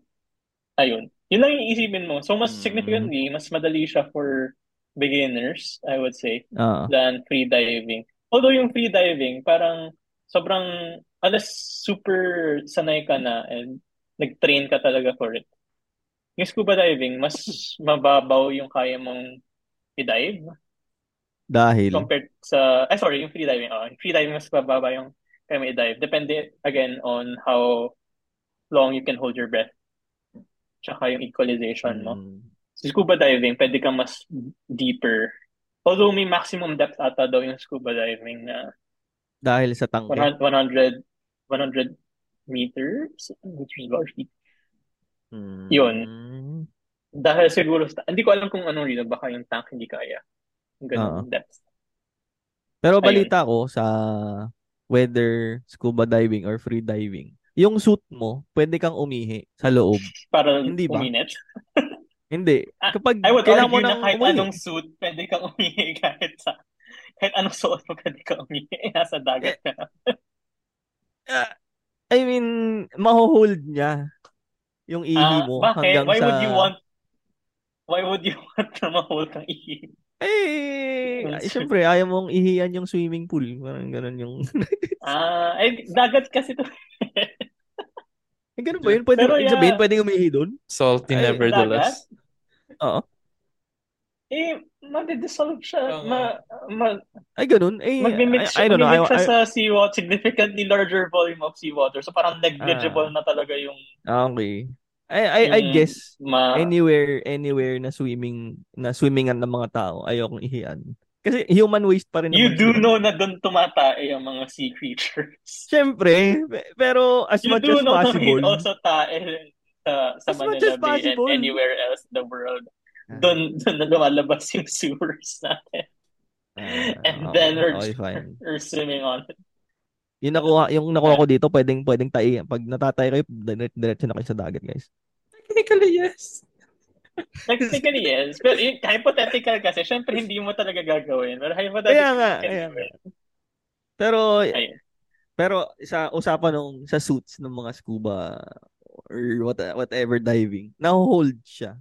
[SPEAKER 1] Ayun. Yun lang yung isipin mo. So, mas
[SPEAKER 3] Mm.
[SPEAKER 1] significantly, mas madali siya for beginners, I would say
[SPEAKER 3] Ah.
[SPEAKER 1] than free diving. Although yung free diving, parang sobrang, alas super sanay ka na and nag-train ka talaga for it. Yung scuba diving, mas mababaw yung kaya mong i-dive
[SPEAKER 3] Dahil.
[SPEAKER 1] compared sa, ay sorry, yung free diving. Oh, yung free diving, mas mababa yung kaya mo i-dive. Depende, again, on how long you can hold your breath. Tsaka yung equalization mo.
[SPEAKER 3] Mm.
[SPEAKER 1] Sa scuba diving, pwede kang mas deeper. Although may maximum depth ata daw yung scuba diving na
[SPEAKER 3] Dahil sa tangke.
[SPEAKER 1] 100, 100, 100 meters, meters ba or feet.
[SPEAKER 3] Mm.
[SPEAKER 1] Yun. Dahil siguro, sa- hindi ko alam kung anong reason, baka yung tank hindi kaya. Yung
[SPEAKER 3] Oo.
[SPEAKER 1] ganun depth.
[SPEAKER 3] Pero balita ko sa whether scuba diving or free diving, yung suit mo, pwede kang umihi sa loob.
[SPEAKER 1] Para
[SPEAKER 3] Hindi ba?
[SPEAKER 1] uminit.
[SPEAKER 3] Hindi.
[SPEAKER 1] Ah,
[SPEAKER 3] Kapag
[SPEAKER 1] I would
[SPEAKER 3] kailangan mo
[SPEAKER 1] argue na
[SPEAKER 3] nang
[SPEAKER 1] kahit
[SPEAKER 3] umihi.
[SPEAKER 1] anong suit, pwede kang umihi kahit sa kahit anong suot mo, pwede kang umihi. Nasa dagat ka. na.
[SPEAKER 3] I mean, maho-hold niya yung ihi
[SPEAKER 1] Ah,
[SPEAKER 3] mo
[SPEAKER 1] bakit?
[SPEAKER 3] hanggang
[SPEAKER 1] Why
[SPEAKER 3] sa...
[SPEAKER 1] would you want Why would you want na ma-hold kang ihi?
[SPEAKER 3] Eh, ay, syempre, ayaw mong ihian yung swimming pool. Parang ganun yung...
[SPEAKER 1] Ah, ay, dagat kasi to.
[SPEAKER 3] Eh, ganun ba yun? Pwede,
[SPEAKER 1] Pero
[SPEAKER 3] ibig
[SPEAKER 1] yeah.
[SPEAKER 3] sabihin, pwede umihi doon?
[SPEAKER 2] Salty
[SPEAKER 3] Ay,
[SPEAKER 2] nevertheless.
[SPEAKER 3] Oo.
[SPEAKER 1] Eh, madidissolve siya.
[SPEAKER 2] Oo
[SPEAKER 1] Ma, ma,
[SPEAKER 3] Ay, ganun. Eh,
[SPEAKER 1] magmimix siya,
[SPEAKER 3] I, I don't know. I,
[SPEAKER 1] magmimix siya
[SPEAKER 3] I,
[SPEAKER 1] sa seawater, significantly larger volume of seawater. So parang negligible na talaga yung
[SPEAKER 3] Ah, okay. I, I, I
[SPEAKER 1] Yung-
[SPEAKER 3] guess,
[SPEAKER 1] ma...
[SPEAKER 3] anywhere, anywhere na swimming, na swimmingan ng mga tao, ayokong ihian. Kasi human waste pa rin.
[SPEAKER 1] You
[SPEAKER 3] naman
[SPEAKER 1] do
[SPEAKER 3] sila.
[SPEAKER 1] know na doon tumatae ang mga sea creatures.
[SPEAKER 3] Siyempre, pe- pero as
[SPEAKER 1] You
[SPEAKER 3] much
[SPEAKER 1] do
[SPEAKER 3] as
[SPEAKER 1] know na
[SPEAKER 3] possible.
[SPEAKER 1] may also tae sa, sa
[SPEAKER 3] As
[SPEAKER 1] Manila
[SPEAKER 3] much as
[SPEAKER 1] Bay and
[SPEAKER 3] possible.
[SPEAKER 1] anywhere else in the world.
[SPEAKER 3] Ah.
[SPEAKER 1] Doon, doon na lumalabas yung sewers natin.
[SPEAKER 3] Ah,
[SPEAKER 1] And
[SPEAKER 3] okay,
[SPEAKER 1] then we're,
[SPEAKER 3] okay, fine.
[SPEAKER 1] we're swimming on it.
[SPEAKER 3] Yung nakuha, yung nakuha ko dito, pwedeng pwedeng tayo. Pag natatay kayo, dire- diretso na kayo sa dagat, guys.
[SPEAKER 2] Technically, yes.
[SPEAKER 1] Technically, yes. Pero yun, hypothetical kasi, syempre hindi mo talaga gagawin. Pero
[SPEAKER 3] Kaya
[SPEAKER 1] hypothetical
[SPEAKER 3] nga,
[SPEAKER 1] can
[SPEAKER 3] kaya
[SPEAKER 1] do
[SPEAKER 3] nga.
[SPEAKER 1] it.
[SPEAKER 3] Pero
[SPEAKER 1] Ayun.
[SPEAKER 3] pero sa usapan nung sa suits ng mga scuba or what, whatever diving, naho-hold siya.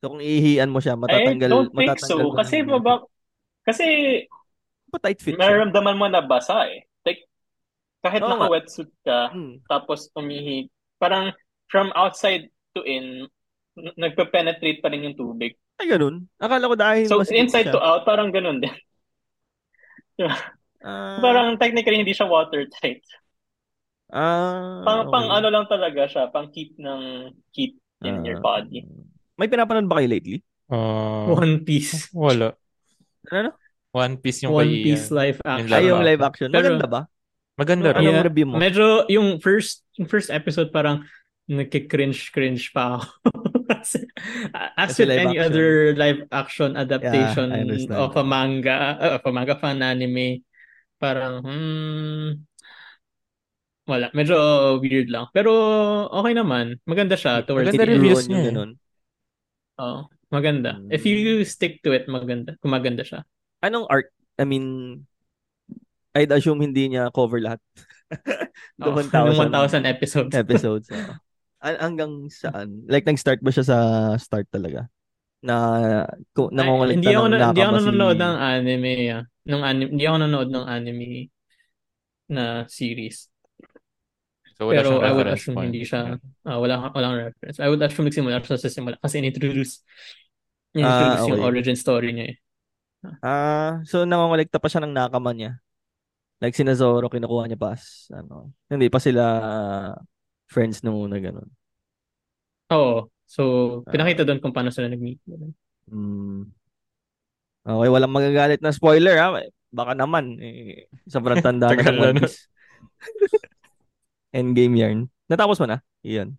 [SPEAKER 3] So kung ihian mo siya, matatanggal
[SPEAKER 1] I don't think
[SPEAKER 3] matatanggal
[SPEAKER 1] so.
[SPEAKER 3] ng-
[SPEAKER 1] Kasi maba... Kasi
[SPEAKER 3] Pa tight fit siya.
[SPEAKER 1] nararamdaman mo na basa eh. Like, kahit
[SPEAKER 3] Oo nga.
[SPEAKER 1] naka-wetsuit ka,
[SPEAKER 3] Hmm.
[SPEAKER 1] tapos umihi, parang from outside to in, n- nagpe-penetrate pa rin yung tubig.
[SPEAKER 3] Ay, ganun. Akala ko dahil
[SPEAKER 1] So,
[SPEAKER 3] mas
[SPEAKER 1] inside to out, parang ganun din. Parang technically hindi siya watertight.
[SPEAKER 3] ah,
[SPEAKER 1] Pang,
[SPEAKER 3] okay.
[SPEAKER 1] pang ano lang talaga siya, pang keep ng heat in your
[SPEAKER 3] Ah.
[SPEAKER 1] body.
[SPEAKER 3] May pinapanood ba kayo lately? Oh.
[SPEAKER 2] Uh,
[SPEAKER 4] One Piece.
[SPEAKER 2] wala.
[SPEAKER 3] Ano?
[SPEAKER 2] One Piece yung
[SPEAKER 4] One
[SPEAKER 2] kay
[SPEAKER 4] Piece
[SPEAKER 2] Ian.
[SPEAKER 4] live
[SPEAKER 2] Wala
[SPEAKER 3] Ay,
[SPEAKER 4] action.
[SPEAKER 2] Ayun.
[SPEAKER 3] yung
[SPEAKER 2] ba?
[SPEAKER 3] live action.
[SPEAKER 4] Pero-
[SPEAKER 3] Maganda ba?
[SPEAKER 2] Maganda rin.
[SPEAKER 3] Anong
[SPEAKER 4] Yeah.
[SPEAKER 3] review mo?
[SPEAKER 4] Medyo yung first yung first episode parang nagki-cringe-cringe pa ako. Kasi, uh, As
[SPEAKER 3] Kasi
[SPEAKER 4] with
[SPEAKER 3] live
[SPEAKER 4] any
[SPEAKER 3] action.
[SPEAKER 4] other live action adaptation
[SPEAKER 3] Yeah, I understand.
[SPEAKER 4] of a manga, uh, of a manga fan anime, parang hmm,
[SPEAKER 1] Wala. Medyo weird lang. Pero okay naman. Maganda siya towards
[SPEAKER 2] Maganda
[SPEAKER 1] the
[SPEAKER 2] rin.
[SPEAKER 1] end.
[SPEAKER 2] reviews niya eh.
[SPEAKER 3] Ganun.
[SPEAKER 1] Oo. maganda. If
[SPEAKER 3] Hmm.
[SPEAKER 1] you stick to it, maganda. Kung maganda siya.
[SPEAKER 3] Anong arc? I mean, I'd assume hindi niya cover lahat.
[SPEAKER 2] Oh,
[SPEAKER 1] Oo.
[SPEAKER 3] Noong
[SPEAKER 1] Oh, Yung 1,000 episodes.
[SPEAKER 3] episodes. oo. An- hanggang saan? Like, nag-start ba siya sa start talaga? Na, ko,
[SPEAKER 1] Ay,
[SPEAKER 3] nangongolekta
[SPEAKER 1] hindi ako,
[SPEAKER 3] ng
[SPEAKER 1] na, hindi
[SPEAKER 3] naka
[SPEAKER 1] ako
[SPEAKER 3] ba si-
[SPEAKER 1] nanonood ng anime. ah. Nung anime, hindi ako nanonood ng anime na series.
[SPEAKER 2] So, wala
[SPEAKER 1] Pero
[SPEAKER 2] siyang
[SPEAKER 1] I would
[SPEAKER 2] reference
[SPEAKER 1] assume
[SPEAKER 2] point.
[SPEAKER 1] hindi siya- Ah, wala walang reference. I would assume nagsimula siya sa simula kasi in-introduce in-introduce
[SPEAKER 3] Ah, okay.
[SPEAKER 1] yung origin story niya eh.
[SPEAKER 3] Ah, so nangongolekta pa siya ng nakama niya. Like si Zoro, kinukuha niya pa as, ano, hindi pa sila friends nung una ganun.
[SPEAKER 1] Oo. So, pinakita doon kung paano sila nag-meet.
[SPEAKER 3] Mm. Okay, walang magagalit na spoiler ha. Baka naman eh, sobrang tanda na
[SPEAKER 2] Tagal
[SPEAKER 3] ng
[SPEAKER 2] na
[SPEAKER 3] One
[SPEAKER 2] nun.
[SPEAKER 3] Piece. Endgame yarn. Natapos mo na? Iyon.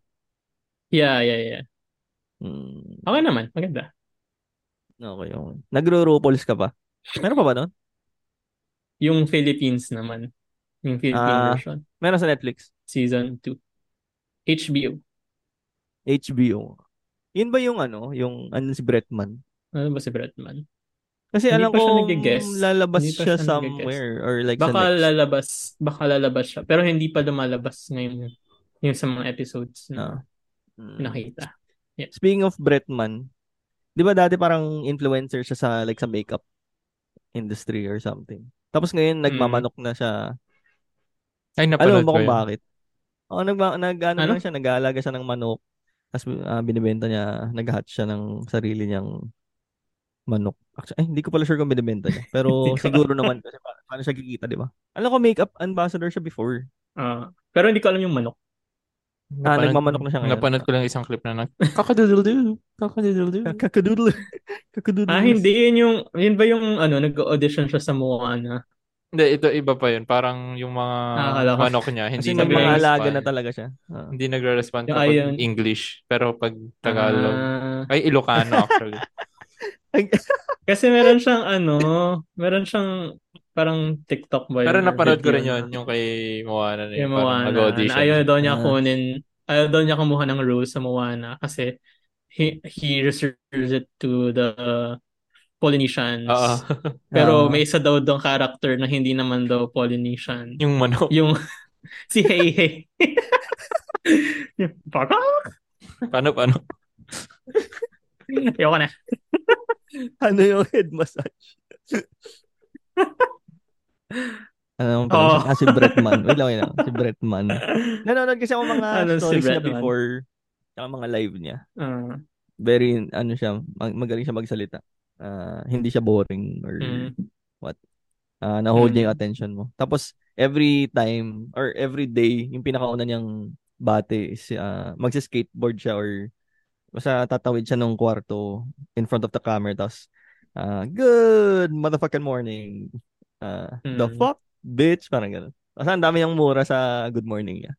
[SPEAKER 1] Yeah, yeah, yeah.
[SPEAKER 3] Mm.
[SPEAKER 1] Okay naman. Maganda.
[SPEAKER 3] Okay, okay. Nagro-rupols ka pa? Meron pa ba nun?
[SPEAKER 1] Yung Philippines naman. Yung Philippine
[SPEAKER 3] Ah.
[SPEAKER 1] version.
[SPEAKER 3] Meron sa Netflix.
[SPEAKER 1] Season 2. HBO.
[SPEAKER 3] HBO. Yun ba yung ano? Yung ano si Bretman?
[SPEAKER 1] Ano ba si Bretman?
[SPEAKER 3] Kasi
[SPEAKER 1] Hindi
[SPEAKER 3] alam
[SPEAKER 1] pa siya
[SPEAKER 3] ko
[SPEAKER 1] nag-guess.
[SPEAKER 3] lalabas
[SPEAKER 1] Hindi pa
[SPEAKER 3] siya,
[SPEAKER 1] siya nag-guess.
[SPEAKER 3] somewhere or like sa
[SPEAKER 1] Baka
[SPEAKER 3] next.
[SPEAKER 1] lalabas. Baka lalabas siya. Pero hindi pa lumalabas ngayon yung sa mga episodes na
[SPEAKER 3] Ah. Mm.
[SPEAKER 1] nakita.
[SPEAKER 3] Speaking of Bretman, 'di ba dati parang influencer siya sa like sa makeup industry or something. Tapos
[SPEAKER 1] Hmm.
[SPEAKER 3] ngayon nagmamanok na siya.
[SPEAKER 2] Ay, napanood
[SPEAKER 3] Alam mo
[SPEAKER 2] ko
[SPEAKER 3] kung
[SPEAKER 2] yun.
[SPEAKER 3] bakit? Oo, nag nag ano,
[SPEAKER 1] Ano?
[SPEAKER 3] lang siya, nag-aalaga siya ng manok. Tapos ah, binibenta niya, naghahat siya ng sarili niyang manok. Actually, ay, hindi ko pala sure kung binibenta niya. Pero
[SPEAKER 1] Hindi ko-
[SPEAKER 3] siguro naman kasi pa- paano siya kikita, 'di ba? Alam ko makeup ambassador siya before.
[SPEAKER 1] Ah, pero hindi ko alam yung manok.
[SPEAKER 3] Ah,
[SPEAKER 2] Napanood-
[SPEAKER 3] nagmamanok na siya ngayon.
[SPEAKER 2] Napanood ko lang isang clip na nag, kakaduduldu, kakaduduldu.
[SPEAKER 3] Kakadoodle. Kakadoodle.
[SPEAKER 1] Ah, hindi. Yun, yung, yun ba yung ano, nag-audition siya sa Moana?
[SPEAKER 2] Hindi, ito iba pa yun. Parang yung mga
[SPEAKER 1] Ah, akala ko.
[SPEAKER 2] manok niya, hindi
[SPEAKER 3] Kasi
[SPEAKER 1] na
[SPEAKER 3] nung mga
[SPEAKER 2] nagre-respond.
[SPEAKER 3] alaga na talaga siya. Ah.
[SPEAKER 2] Hindi nagre-respond
[SPEAKER 1] Yung
[SPEAKER 2] kapag
[SPEAKER 1] ayun.
[SPEAKER 2] English. Pero pag Tagalog.
[SPEAKER 1] Ah,
[SPEAKER 2] Ay, Ilocano actually.
[SPEAKER 1] kasi meron siyang ano, meron siyang parang TikTok ba
[SPEAKER 2] Pero
[SPEAKER 1] yun?
[SPEAKER 2] napanood ko rin
[SPEAKER 1] Video
[SPEAKER 2] yun, yung kay Moana na
[SPEAKER 1] Kay
[SPEAKER 2] yun. parang
[SPEAKER 1] Moana.
[SPEAKER 2] Mag-audition.
[SPEAKER 1] Na ayaw daw niya
[SPEAKER 3] Ah.
[SPEAKER 1] kunin, ayaw daw niya kumuha ng role sa Moana kasi he, he reserves it to the Polynesians.
[SPEAKER 2] Oo.
[SPEAKER 1] Pero
[SPEAKER 3] Ah.
[SPEAKER 1] may isa daw doon character na hindi naman daw Polynesian.
[SPEAKER 2] yung manok.
[SPEAKER 1] Yung si Hey Hey. Yung, Baka?
[SPEAKER 2] Paano, paano?
[SPEAKER 1] Ayoko na.
[SPEAKER 3] ano yung head massage? ano yung
[SPEAKER 1] Oo.
[SPEAKER 3] oh. ah, si Bretman. Wait lang, wait lang. Si Bretman. Nanonood kasi ako mga
[SPEAKER 1] Ano si
[SPEAKER 3] stories niya
[SPEAKER 1] Bretman?
[SPEAKER 3] before. Tsaka mga live niya.
[SPEAKER 1] Ah,
[SPEAKER 3] Very, ano siya, mag- magaling siya magsalita. Ah, hindi siya boring or
[SPEAKER 1] mm.
[SPEAKER 3] ah, na-hold
[SPEAKER 1] Mm.
[SPEAKER 3] niya yung attention mo. Tapos, every time or every day, yung pinakauna niyang bate is ah, magsiskateboard siya or basta tatawid siya nung kwarto in front of the camera. Tapos, ah, good motherfucking morning. Ah, The
[SPEAKER 1] Mm.
[SPEAKER 3] fuck, bitch. Parang ganun. Basta ang dami niyang mura sa good morning niya.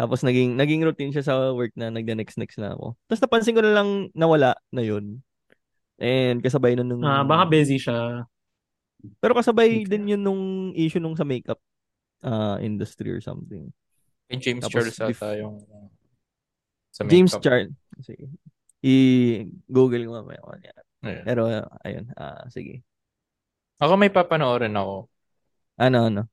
[SPEAKER 3] Tapos naging naging routine siya sa work na nagda next next na ako. Tapos napansin ko na lang nawala na yun. And kasabay nun nung
[SPEAKER 1] Ah, baka busy siya.
[SPEAKER 3] pero kasabay din yun nung issue nung sa makeup uh, industry or something.
[SPEAKER 2] Kay James
[SPEAKER 3] Tapos
[SPEAKER 2] Charles
[SPEAKER 3] bef-
[SPEAKER 2] ata yung sa
[SPEAKER 3] James
[SPEAKER 2] makeup.
[SPEAKER 3] Charles. Sige. I-google ko mamaya. kung ano yan.
[SPEAKER 2] Ayun.
[SPEAKER 3] Pero uh, ayun, ah, sige.
[SPEAKER 2] Ako may papanoorin ako.
[SPEAKER 3] Ano ano?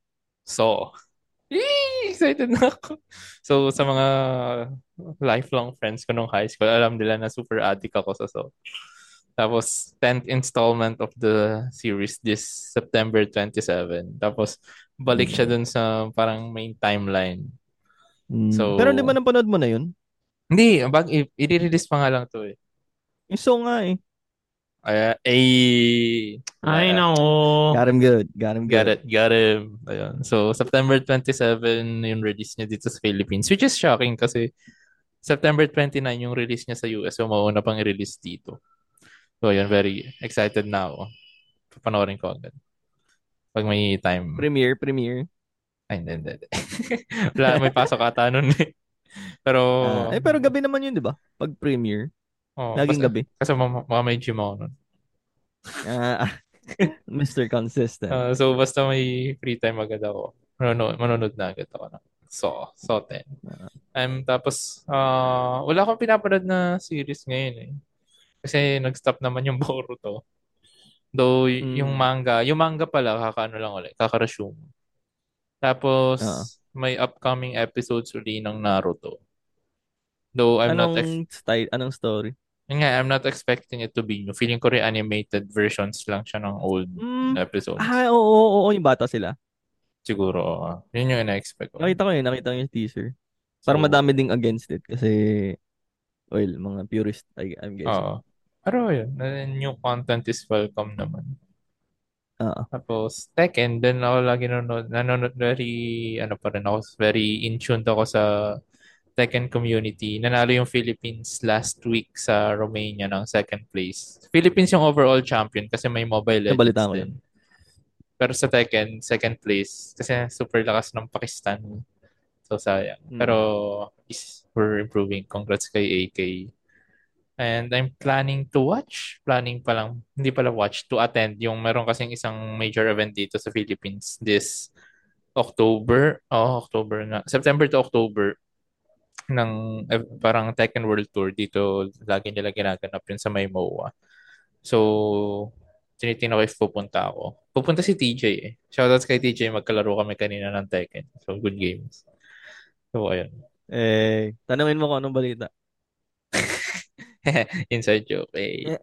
[SPEAKER 2] So, Yee! excited na ako. So, sa mga lifelong friends ko nung high school, alam nila na super addict ako sa So. Tapos, 10th installment of the series this September 27. Tapos, balik siya dun sa parang main timeline.
[SPEAKER 3] Mm.
[SPEAKER 2] So-
[SPEAKER 3] Pero di ba napanood mo na yun?
[SPEAKER 2] Hindi, bag, i- i-release pa nga lang to eh.
[SPEAKER 3] Yung song nga eh.
[SPEAKER 2] Ay, ay,
[SPEAKER 1] Ay,
[SPEAKER 2] Ah.
[SPEAKER 1] nako.
[SPEAKER 3] Got him good. Got him
[SPEAKER 2] Got
[SPEAKER 3] good.
[SPEAKER 2] it, got him. Ayun. So, September 27 yung release niya dito sa Philippines, which is shocking kasi September 29 yung release niya sa US, so mauna pang i-release dito. So, yun, very excited na ako. Papanoorin ko agad. Pag may time.
[SPEAKER 3] Premiere, premiere.
[SPEAKER 2] Ay, hindi, hindi. hindi. Wala, may pasok ata nun eh. Pero,
[SPEAKER 3] Ah, eh, pero gabi naman yun, di ba? Pag premiere,
[SPEAKER 2] oh,
[SPEAKER 3] laging
[SPEAKER 2] kasi,
[SPEAKER 3] gabi.
[SPEAKER 2] Kasi mam- mamay gym ako nun.
[SPEAKER 3] Ah, Mr. Consistent.
[SPEAKER 2] Ah, so, basta may free time agad ako. Manonood, manonood na agad ako. Na. So, so 10.
[SPEAKER 3] Ah.
[SPEAKER 2] Um, tapos, ah wala akong pinapanood na series ngayon eh. Kasi nag-stop naman yung Boruto. Though, y-
[SPEAKER 3] Hmm.
[SPEAKER 4] Mm.
[SPEAKER 2] yung manga, yung manga pala, kakaano lang ulit, kakaresume. Tapos,
[SPEAKER 3] Ah.
[SPEAKER 2] may upcoming episodes uli ng Naruto. Though, I'm not ex-
[SPEAKER 3] anong style, anong story?
[SPEAKER 2] yun nga, I'm not expecting it to be new. Feeling ko rin animated versions lang siya ng old
[SPEAKER 3] Mm,
[SPEAKER 2] episodes.
[SPEAKER 3] ah, oo, oo, oo, yung bata sila.
[SPEAKER 2] Siguro, oo. yun yung ina-expect ko.
[SPEAKER 3] Nakita ko yun, nakita ko yung teaser. Parang
[SPEAKER 2] Oh. So,
[SPEAKER 3] madami ding against it kasi well, mga purist, I, I'm guessing.
[SPEAKER 2] Oo. Pero yun, na- new content is welcome naman.
[SPEAKER 3] Oo.
[SPEAKER 2] Tapos, Tekken, din ako lagi nanonood, nanonood very, ano pa rin ako, very in-tuned ako sa Tekken community. Nanalo yung Philippines last week sa Romania ng second place. Philippines yung overall champion kasi may Mobile Legends
[SPEAKER 3] Nabalita ko
[SPEAKER 2] din. Pero sa Tekken, second place. Kasi super lakas ng Pakistan. So, sayang.
[SPEAKER 3] Hmm.
[SPEAKER 2] Pero, is, we're improving. Congrats kay AK. And I'm planning to watch. Planning pa lang. Hindi pala watch. To attend. Yung meron kasing isang major event dito sa Philippines this October. Oh, October na. September to October ng eh, parang Tekken World Tour dito lagi nila ginaganap yun sa may MOA. So, tinitingnan ko if pupunta ako. Pupunta si TJ eh. Shoutouts kay TJ, magkalaro kami kanina ng Tekken. So, good games. So, ayun.
[SPEAKER 3] Eh, tanungin mo ko anong balita.
[SPEAKER 2] Inside joke. Eh.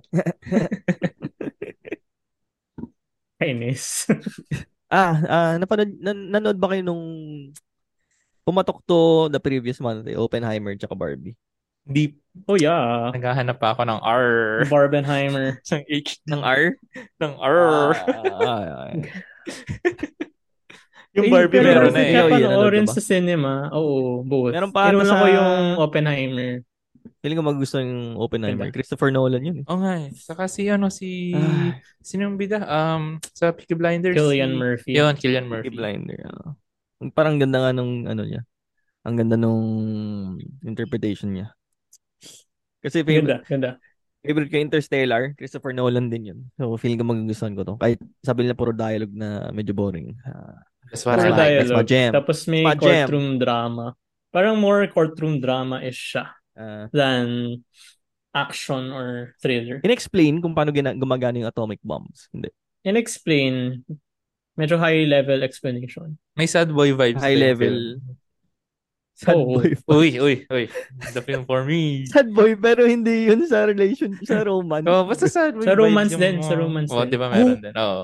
[SPEAKER 4] Kainis.
[SPEAKER 3] Ah, ah napanood, nan- nanood ba kayo nung pumatok to the previous month, eh, Oppenheimer tsaka Barbie?
[SPEAKER 2] Deep.
[SPEAKER 4] oh yeah.
[SPEAKER 2] Naghahanap pa ako ng R.
[SPEAKER 4] Barbenheimer.
[SPEAKER 2] ng H.
[SPEAKER 3] Ng R?
[SPEAKER 2] Ng R.
[SPEAKER 3] Ah,
[SPEAKER 2] yung
[SPEAKER 4] Eh,
[SPEAKER 2] Barbie
[SPEAKER 4] pero
[SPEAKER 2] meron
[SPEAKER 4] kasi
[SPEAKER 2] na eh.
[SPEAKER 3] Yun, yun,
[SPEAKER 4] napanoorin
[SPEAKER 3] ano ba?
[SPEAKER 4] sa cinema. Oo, both.
[SPEAKER 3] Meron pa ata
[SPEAKER 4] Inuna
[SPEAKER 3] sa-
[SPEAKER 4] ko yung Oppenheimer.
[SPEAKER 3] Feeling ko magusto yung Oppenheimer.
[SPEAKER 4] Diba?
[SPEAKER 3] Christopher Nolan yun eh.
[SPEAKER 2] Oh nga eh. Saka si ano si
[SPEAKER 3] Ah.
[SPEAKER 2] sino yung bida? Um sa Peaky Blinders.
[SPEAKER 4] Killian
[SPEAKER 2] si...
[SPEAKER 4] Murphy.
[SPEAKER 2] Yun, Killian
[SPEAKER 3] Peaky
[SPEAKER 2] Murphy.
[SPEAKER 3] Blinder. ah. Ang parang ganda nga nung ano niya. Ang ganda nung interpretation niya. Kasi favorite,
[SPEAKER 4] Ganda, ganda.
[SPEAKER 3] favorite ko Interstellar, Christopher Nolan din yun. So feeling ko magugustuhan ko to. Kahit sabi nila puro dialogue na medyo boring. Ah,
[SPEAKER 2] That's what
[SPEAKER 4] Puro
[SPEAKER 2] I like.
[SPEAKER 3] That's my
[SPEAKER 4] dialogue.
[SPEAKER 3] jam.
[SPEAKER 4] Tapos may
[SPEAKER 3] My jam.
[SPEAKER 4] courtroom drama. Parang more courtroom drama is siya
[SPEAKER 3] ah,
[SPEAKER 4] than action or thriller.
[SPEAKER 3] inexplain kung paano gina- gumagana yung atomic bombs. Hindi.
[SPEAKER 4] And explain medyo high level explanation.
[SPEAKER 2] May sad boy vibes.
[SPEAKER 3] High
[SPEAKER 2] na yung
[SPEAKER 3] level.
[SPEAKER 2] film.
[SPEAKER 3] Sad
[SPEAKER 4] Oo.
[SPEAKER 3] boy.
[SPEAKER 2] Uy, uy, uy. The film for me.
[SPEAKER 3] Sad boy pero hindi yun sa relation, sa romance.
[SPEAKER 2] Oh, basta sad boy
[SPEAKER 4] Sa
[SPEAKER 2] vibes
[SPEAKER 4] romance
[SPEAKER 2] yung
[SPEAKER 4] din,
[SPEAKER 2] mga-
[SPEAKER 4] sa romance
[SPEAKER 2] Oh,
[SPEAKER 4] din.
[SPEAKER 2] di ba meron din? Oo.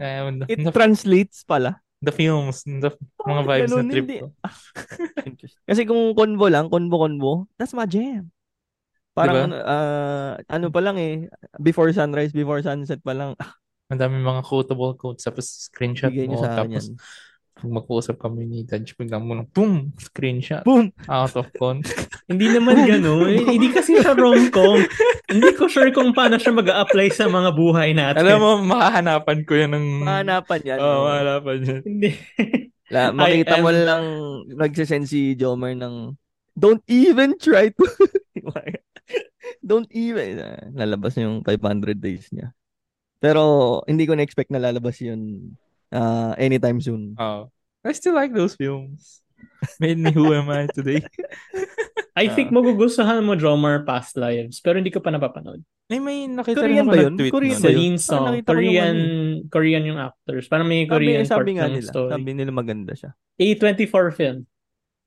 [SPEAKER 2] Eh, the,
[SPEAKER 3] Oh. It
[SPEAKER 2] the,
[SPEAKER 3] translates pala.
[SPEAKER 2] the films, the mga
[SPEAKER 3] Bakit
[SPEAKER 2] vibes na
[SPEAKER 3] ganun?
[SPEAKER 2] trip
[SPEAKER 3] Hindi.
[SPEAKER 2] ko.
[SPEAKER 3] Kasi kung convo lang, convo-convo, that's my jam. Parang ano, ah, ano pa lang eh, before sunrise, before sunset pa lang. Ah,
[SPEAKER 2] Ang dami mga quotable quotes tapos screenshot
[SPEAKER 3] bigay
[SPEAKER 2] mo.
[SPEAKER 3] niyo sa akin
[SPEAKER 2] Tapos
[SPEAKER 3] yan.
[SPEAKER 2] pag mag-uusap kami ni Dodge, biglang mo lang, boom, screenshot.
[SPEAKER 3] Boom!
[SPEAKER 2] Out of context.
[SPEAKER 4] Hindi naman ganun. Hindi kasi siya rom-com. Hindi ko sure kung paano siya mag apply sa mga buhay natin.
[SPEAKER 2] Alam mo, oh, makahanapan ko yan ng...
[SPEAKER 3] Mahanapan yan.
[SPEAKER 2] Oo,
[SPEAKER 1] ah.
[SPEAKER 2] mahanapan yan.
[SPEAKER 4] Hindi.
[SPEAKER 3] La,
[SPEAKER 4] I
[SPEAKER 3] makita
[SPEAKER 4] am-
[SPEAKER 3] mo lang, nagsisend si Jomer ng, don't even try to, don't even, Ah, lalabas yung 500 days niya. Pero, hindi ko na-expect na lalabas yun ah, anytime soon.
[SPEAKER 2] Oh, I still like those films. Made me who am I today.
[SPEAKER 4] I think
[SPEAKER 2] Ah.
[SPEAKER 4] magugustuhan mo Drummer Past Lives pero hindi ko pa napapanood.
[SPEAKER 2] May may nakita rin
[SPEAKER 3] Korean
[SPEAKER 2] ako
[SPEAKER 3] ba yun?
[SPEAKER 2] nag-tweet
[SPEAKER 3] Korean
[SPEAKER 2] nun.
[SPEAKER 3] ba yun?
[SPEAKER 4] Celine
[SPEAKER 3] Ah,
[SPEAKER 4] song.
[SPEAKER 3] nakita ko yung
[SPEAKER 4] Korean,
[SPEAKER 3] ano
[SPEAKER 4] Korean yung actors. Parang may Korean
[SPEAKER 3] sabi, sabi
[SPEAKER 4] part
[SPEAKER 3] nga
[SPEAKER 4] ng
[SPEAKER 3] nila,
[SPEAKER 4] story.
[SPEAKER 3] sabi nila maganda siya.
[SPEAKER 4] A24 film.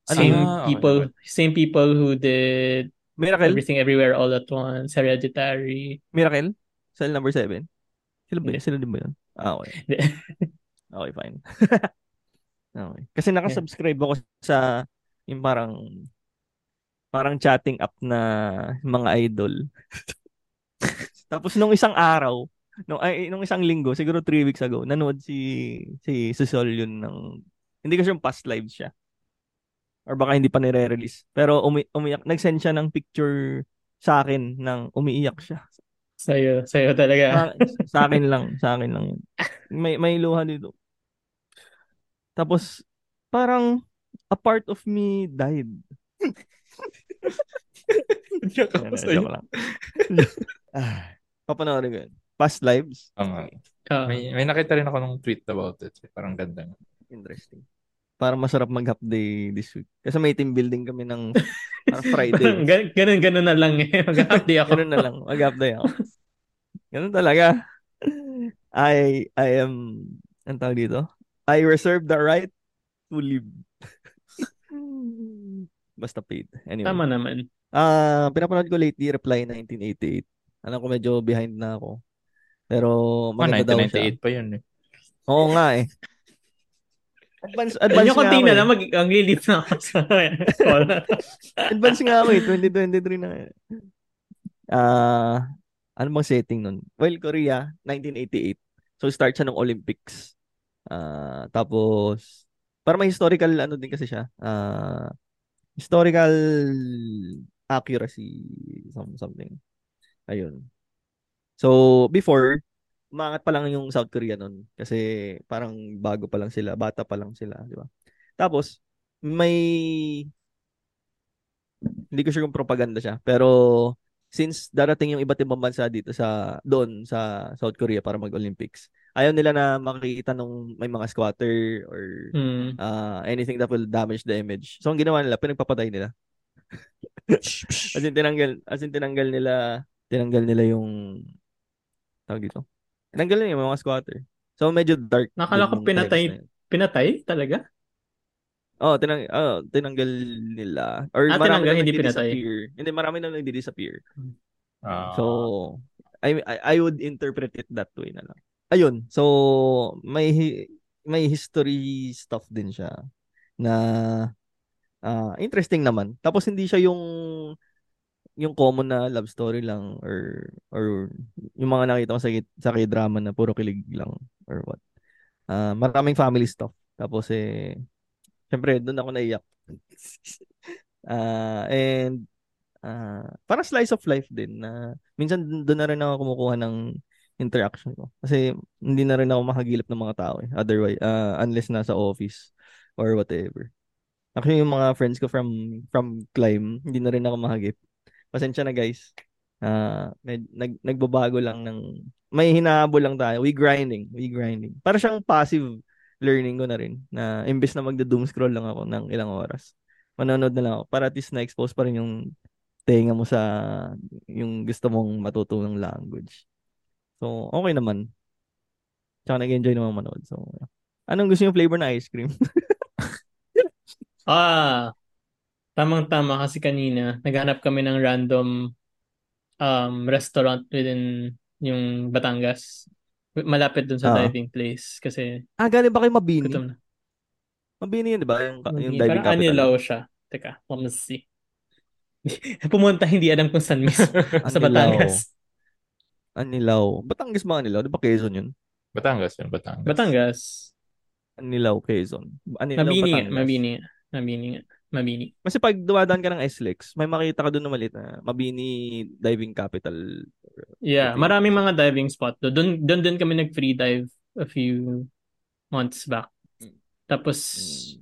[SPEAKER 2] Ano?
[SPEAKER 4] Same
[SPEAKER 2] Ah, okay.
[SPEAKER 4] people, same people who did
[SPEAKER 3] Miracle?
[SPEAKER 4] Everything Everywhere All at Once, Hereditary.
[SPEAKER 3] Miracle? Cell number 7? Sila ba
[SPEAKER 4] Hindi.
[SPEAKER 3] yun? Sila din ba yun? Ah, okay.
[SPEAKER 4] Hindi.
[SPEAKER 3] Okay, fine. okay. Kasi nakasubscribe ako sa yung parang parang chatting app na mga idol. Tapos nung isang araw, nung, ay, nung isang linggo, siguro three weeks ago, nanood si si Susol yun ng hindi kasi yung past live siya. Or baka hindi pa nire-release. Pero umi- umiyak, nag-send siya ng picture sa akin ng umiiyak siya.
[SPEAKER 4] Sa'yo, sa'yo talaga.
[SPEAKER 3] Sa, sa akin lang, sa akin lang yun. May may luha dito. Tapos parang a part of me died.
[SPEAKER 2] Joke ako
[SPEAKER 3] Ano,
[SPEAKER 2] sa'yo.
[SPEAKER 3] joke lang. ah, papanoorin ko yun. Past lives.
[SPEAKER 2] Oo nga.
[SPEAKER 4] Ah,
[SPEAKER 2] May, may nakita rin ako nung tweet about it. Parang ganda. nga.
[SPEAKER 3] Interesting. Para masarap mag-half day this week. Kasi may team building kami ng parang Friday.
[SPEAKER 1] Parang gan- ganun, ganun na lang eh. Mag-update ako.
[SPEAKER 3] Ganun na lang. Mag-update ako. Ganun talaga. I, I am, ang tawag dito? I reserve the right to live. Basta paid. Anyway.
[SPEAKER 1] Tama naman.
[SPEAKER 3] Ah, pinapanood ko lately Reply 1988. Alam ko medyo behind na ako. Pero
[SPEAKER 1] Ah,
[SPEAKER 2] Oh,
[SPEAKER 3] maganda daw siya.
[SPEAKER 2] 1998 pa yun eh.
[SPEAKER 3] Oo nga eh. Advance,
[SPEAKER 1] Advance
[SPEAKER 3] advance
[SPEAKER 1] yung
[SPEAKER 3] nga
[SPEAKER 1] konti
[SPEAKER 3] ako
[SPEAKER 1] na
[SPEAKER 3] eh.
[SPEAKER 1] lang, mag, ang lilit na ako sa call.
[SPEAKER 3] Advance nga ako eh. 2023 na nga eh. Ah, ano bang setting nun? Well, Korea, 1988. So, start siya ng Olympics. Ah, tapos, para may historical, ano din kasi siya. Ah, historical accuracy, some- something. Ayun. So, before, umangat pa lang yung South Korea nun. Kasi parang bago pa lang sila, bata pa lang sila, di ba? Tapos, may hindi ko sure kung propaganda siya. Pero since darating yung iba't ibang bansa dito sa doon sa South Korea para mag-Olympics, ayaw nila na makikita nung may mga squatter or
[SPEAKER 1] Hmm.
[SPEAKER 3] ah, anything that will damage the image. So ang ginawa nila, pinagpapatay nila. as in tinanggal, as in tinanggal nila, tinanggal nila yung tawag dito. Tinanggal nila yung mga squatter. So medyo dark. din
[SPEAKER 1] Nakala ko
[SPEAKER 3] nung
[SPEAKER 1] pinatay.
[SPEAKER 3] times na yun.
[SPEAKER 1] Pinatay? Talaga?
[SPEAKER 3] Oh, tinang oh, tinanggal nila. Or
[SPEAKER 1] Ah,
[SPEAKER 3] marami
[SPEAKER 1] tinanggal,
[SPEAKER 3] na
[SPEAKER 1] hindi pinatay.
[SPEAKER 3] nagdi-disappear. Hindi, marami na nagdi-disappear.
[SPEAKER 2] Ah.
[SPEAKER 3] So, I, I I would interpret it that way na lang. Ayun. So, may hi- may history stuff din siya na ah, interesting naman. Tapos hindi siya yung yung common na love story lang or or yung mga nakita ko sa ki- sa K-drama na puro kilig lang or what. Ah, maraming family stuff. Tapos eh syempre doon ako naiyak. Ah, and ah, parang slice of life din na minsan doon na rin ako kumukuha ng interaction ko. Kasi hindi na rin ako makagilap ng mga tao eh. Otherwise, ah, unless nasa office or whatever. Actually, yung mga friends ko from from climb, hindi na rin ako mahagip. Pasensya na guys. Ah, med, nag, nagbabago lang ng may hinahabol lang tayo. We grinding, we grinding. Para siyang passive learning ko na rin na imbes na magda-doom scroll lang ako ng ilang oras. Manonood na lang ako para at least na-expose pa rin yung tenga mo sa yung gusto mong matutunang language. So, okay naman. Tsaka nag-enjoy naman manood. So, yeah. anong gusto yung flavor na ice cream?
[SPEAKER 1] Ah, tamang-tama kasi kanina, naghanap kami ng random um, restaurant within yung Batangas. Malapit dun sa
[SPEAKER 3] Ah.
[SPEAKER 1] diving place kasi
[SPEAKER 3] ah, galing ba kayo Mabini?
[SPEAKER 1] gutom na.
[SPEAKER 3] Mabini yun, di ba? Yung, yung
[SPEAKER 1] Hindi, parang
[SPEAKER 3] diving capital.
[SPEAKER 1] Anilaw siya. Teka, let me see. Pumunta, hindi alam kung saan mismo. sa
[SPEAKER 3] Anilaw.
[SPEAKER 1] Batangas.
[SPEAKER 3] Anilaw. Batangas mga Anilaw. Di ba Quezon yun?
[SPEAKER 2] Batangas yun, Batangas.
[SPEAKER 1] Batangas.
[SPEAKER 3] Anilaw, Quezon. Anilaw,
[SPEAKER 1] Mabini nga,
[SPEAKER 3] Batangas.
[SPEAKER 1] mabini nga. Mabini nga. Mabini.
[SPEAKER 3] Kasi pag dumadaan ka ng SLEX, may makita ka doon na maliit na Mabini Diving Capital.
[SPEAKER 1] Yeah,
[SPEAKER 3] Okay.
[SPEAKER 1] maraming mga diving spot do. Doon doon din kami nag-free dive a few months back. Tapos,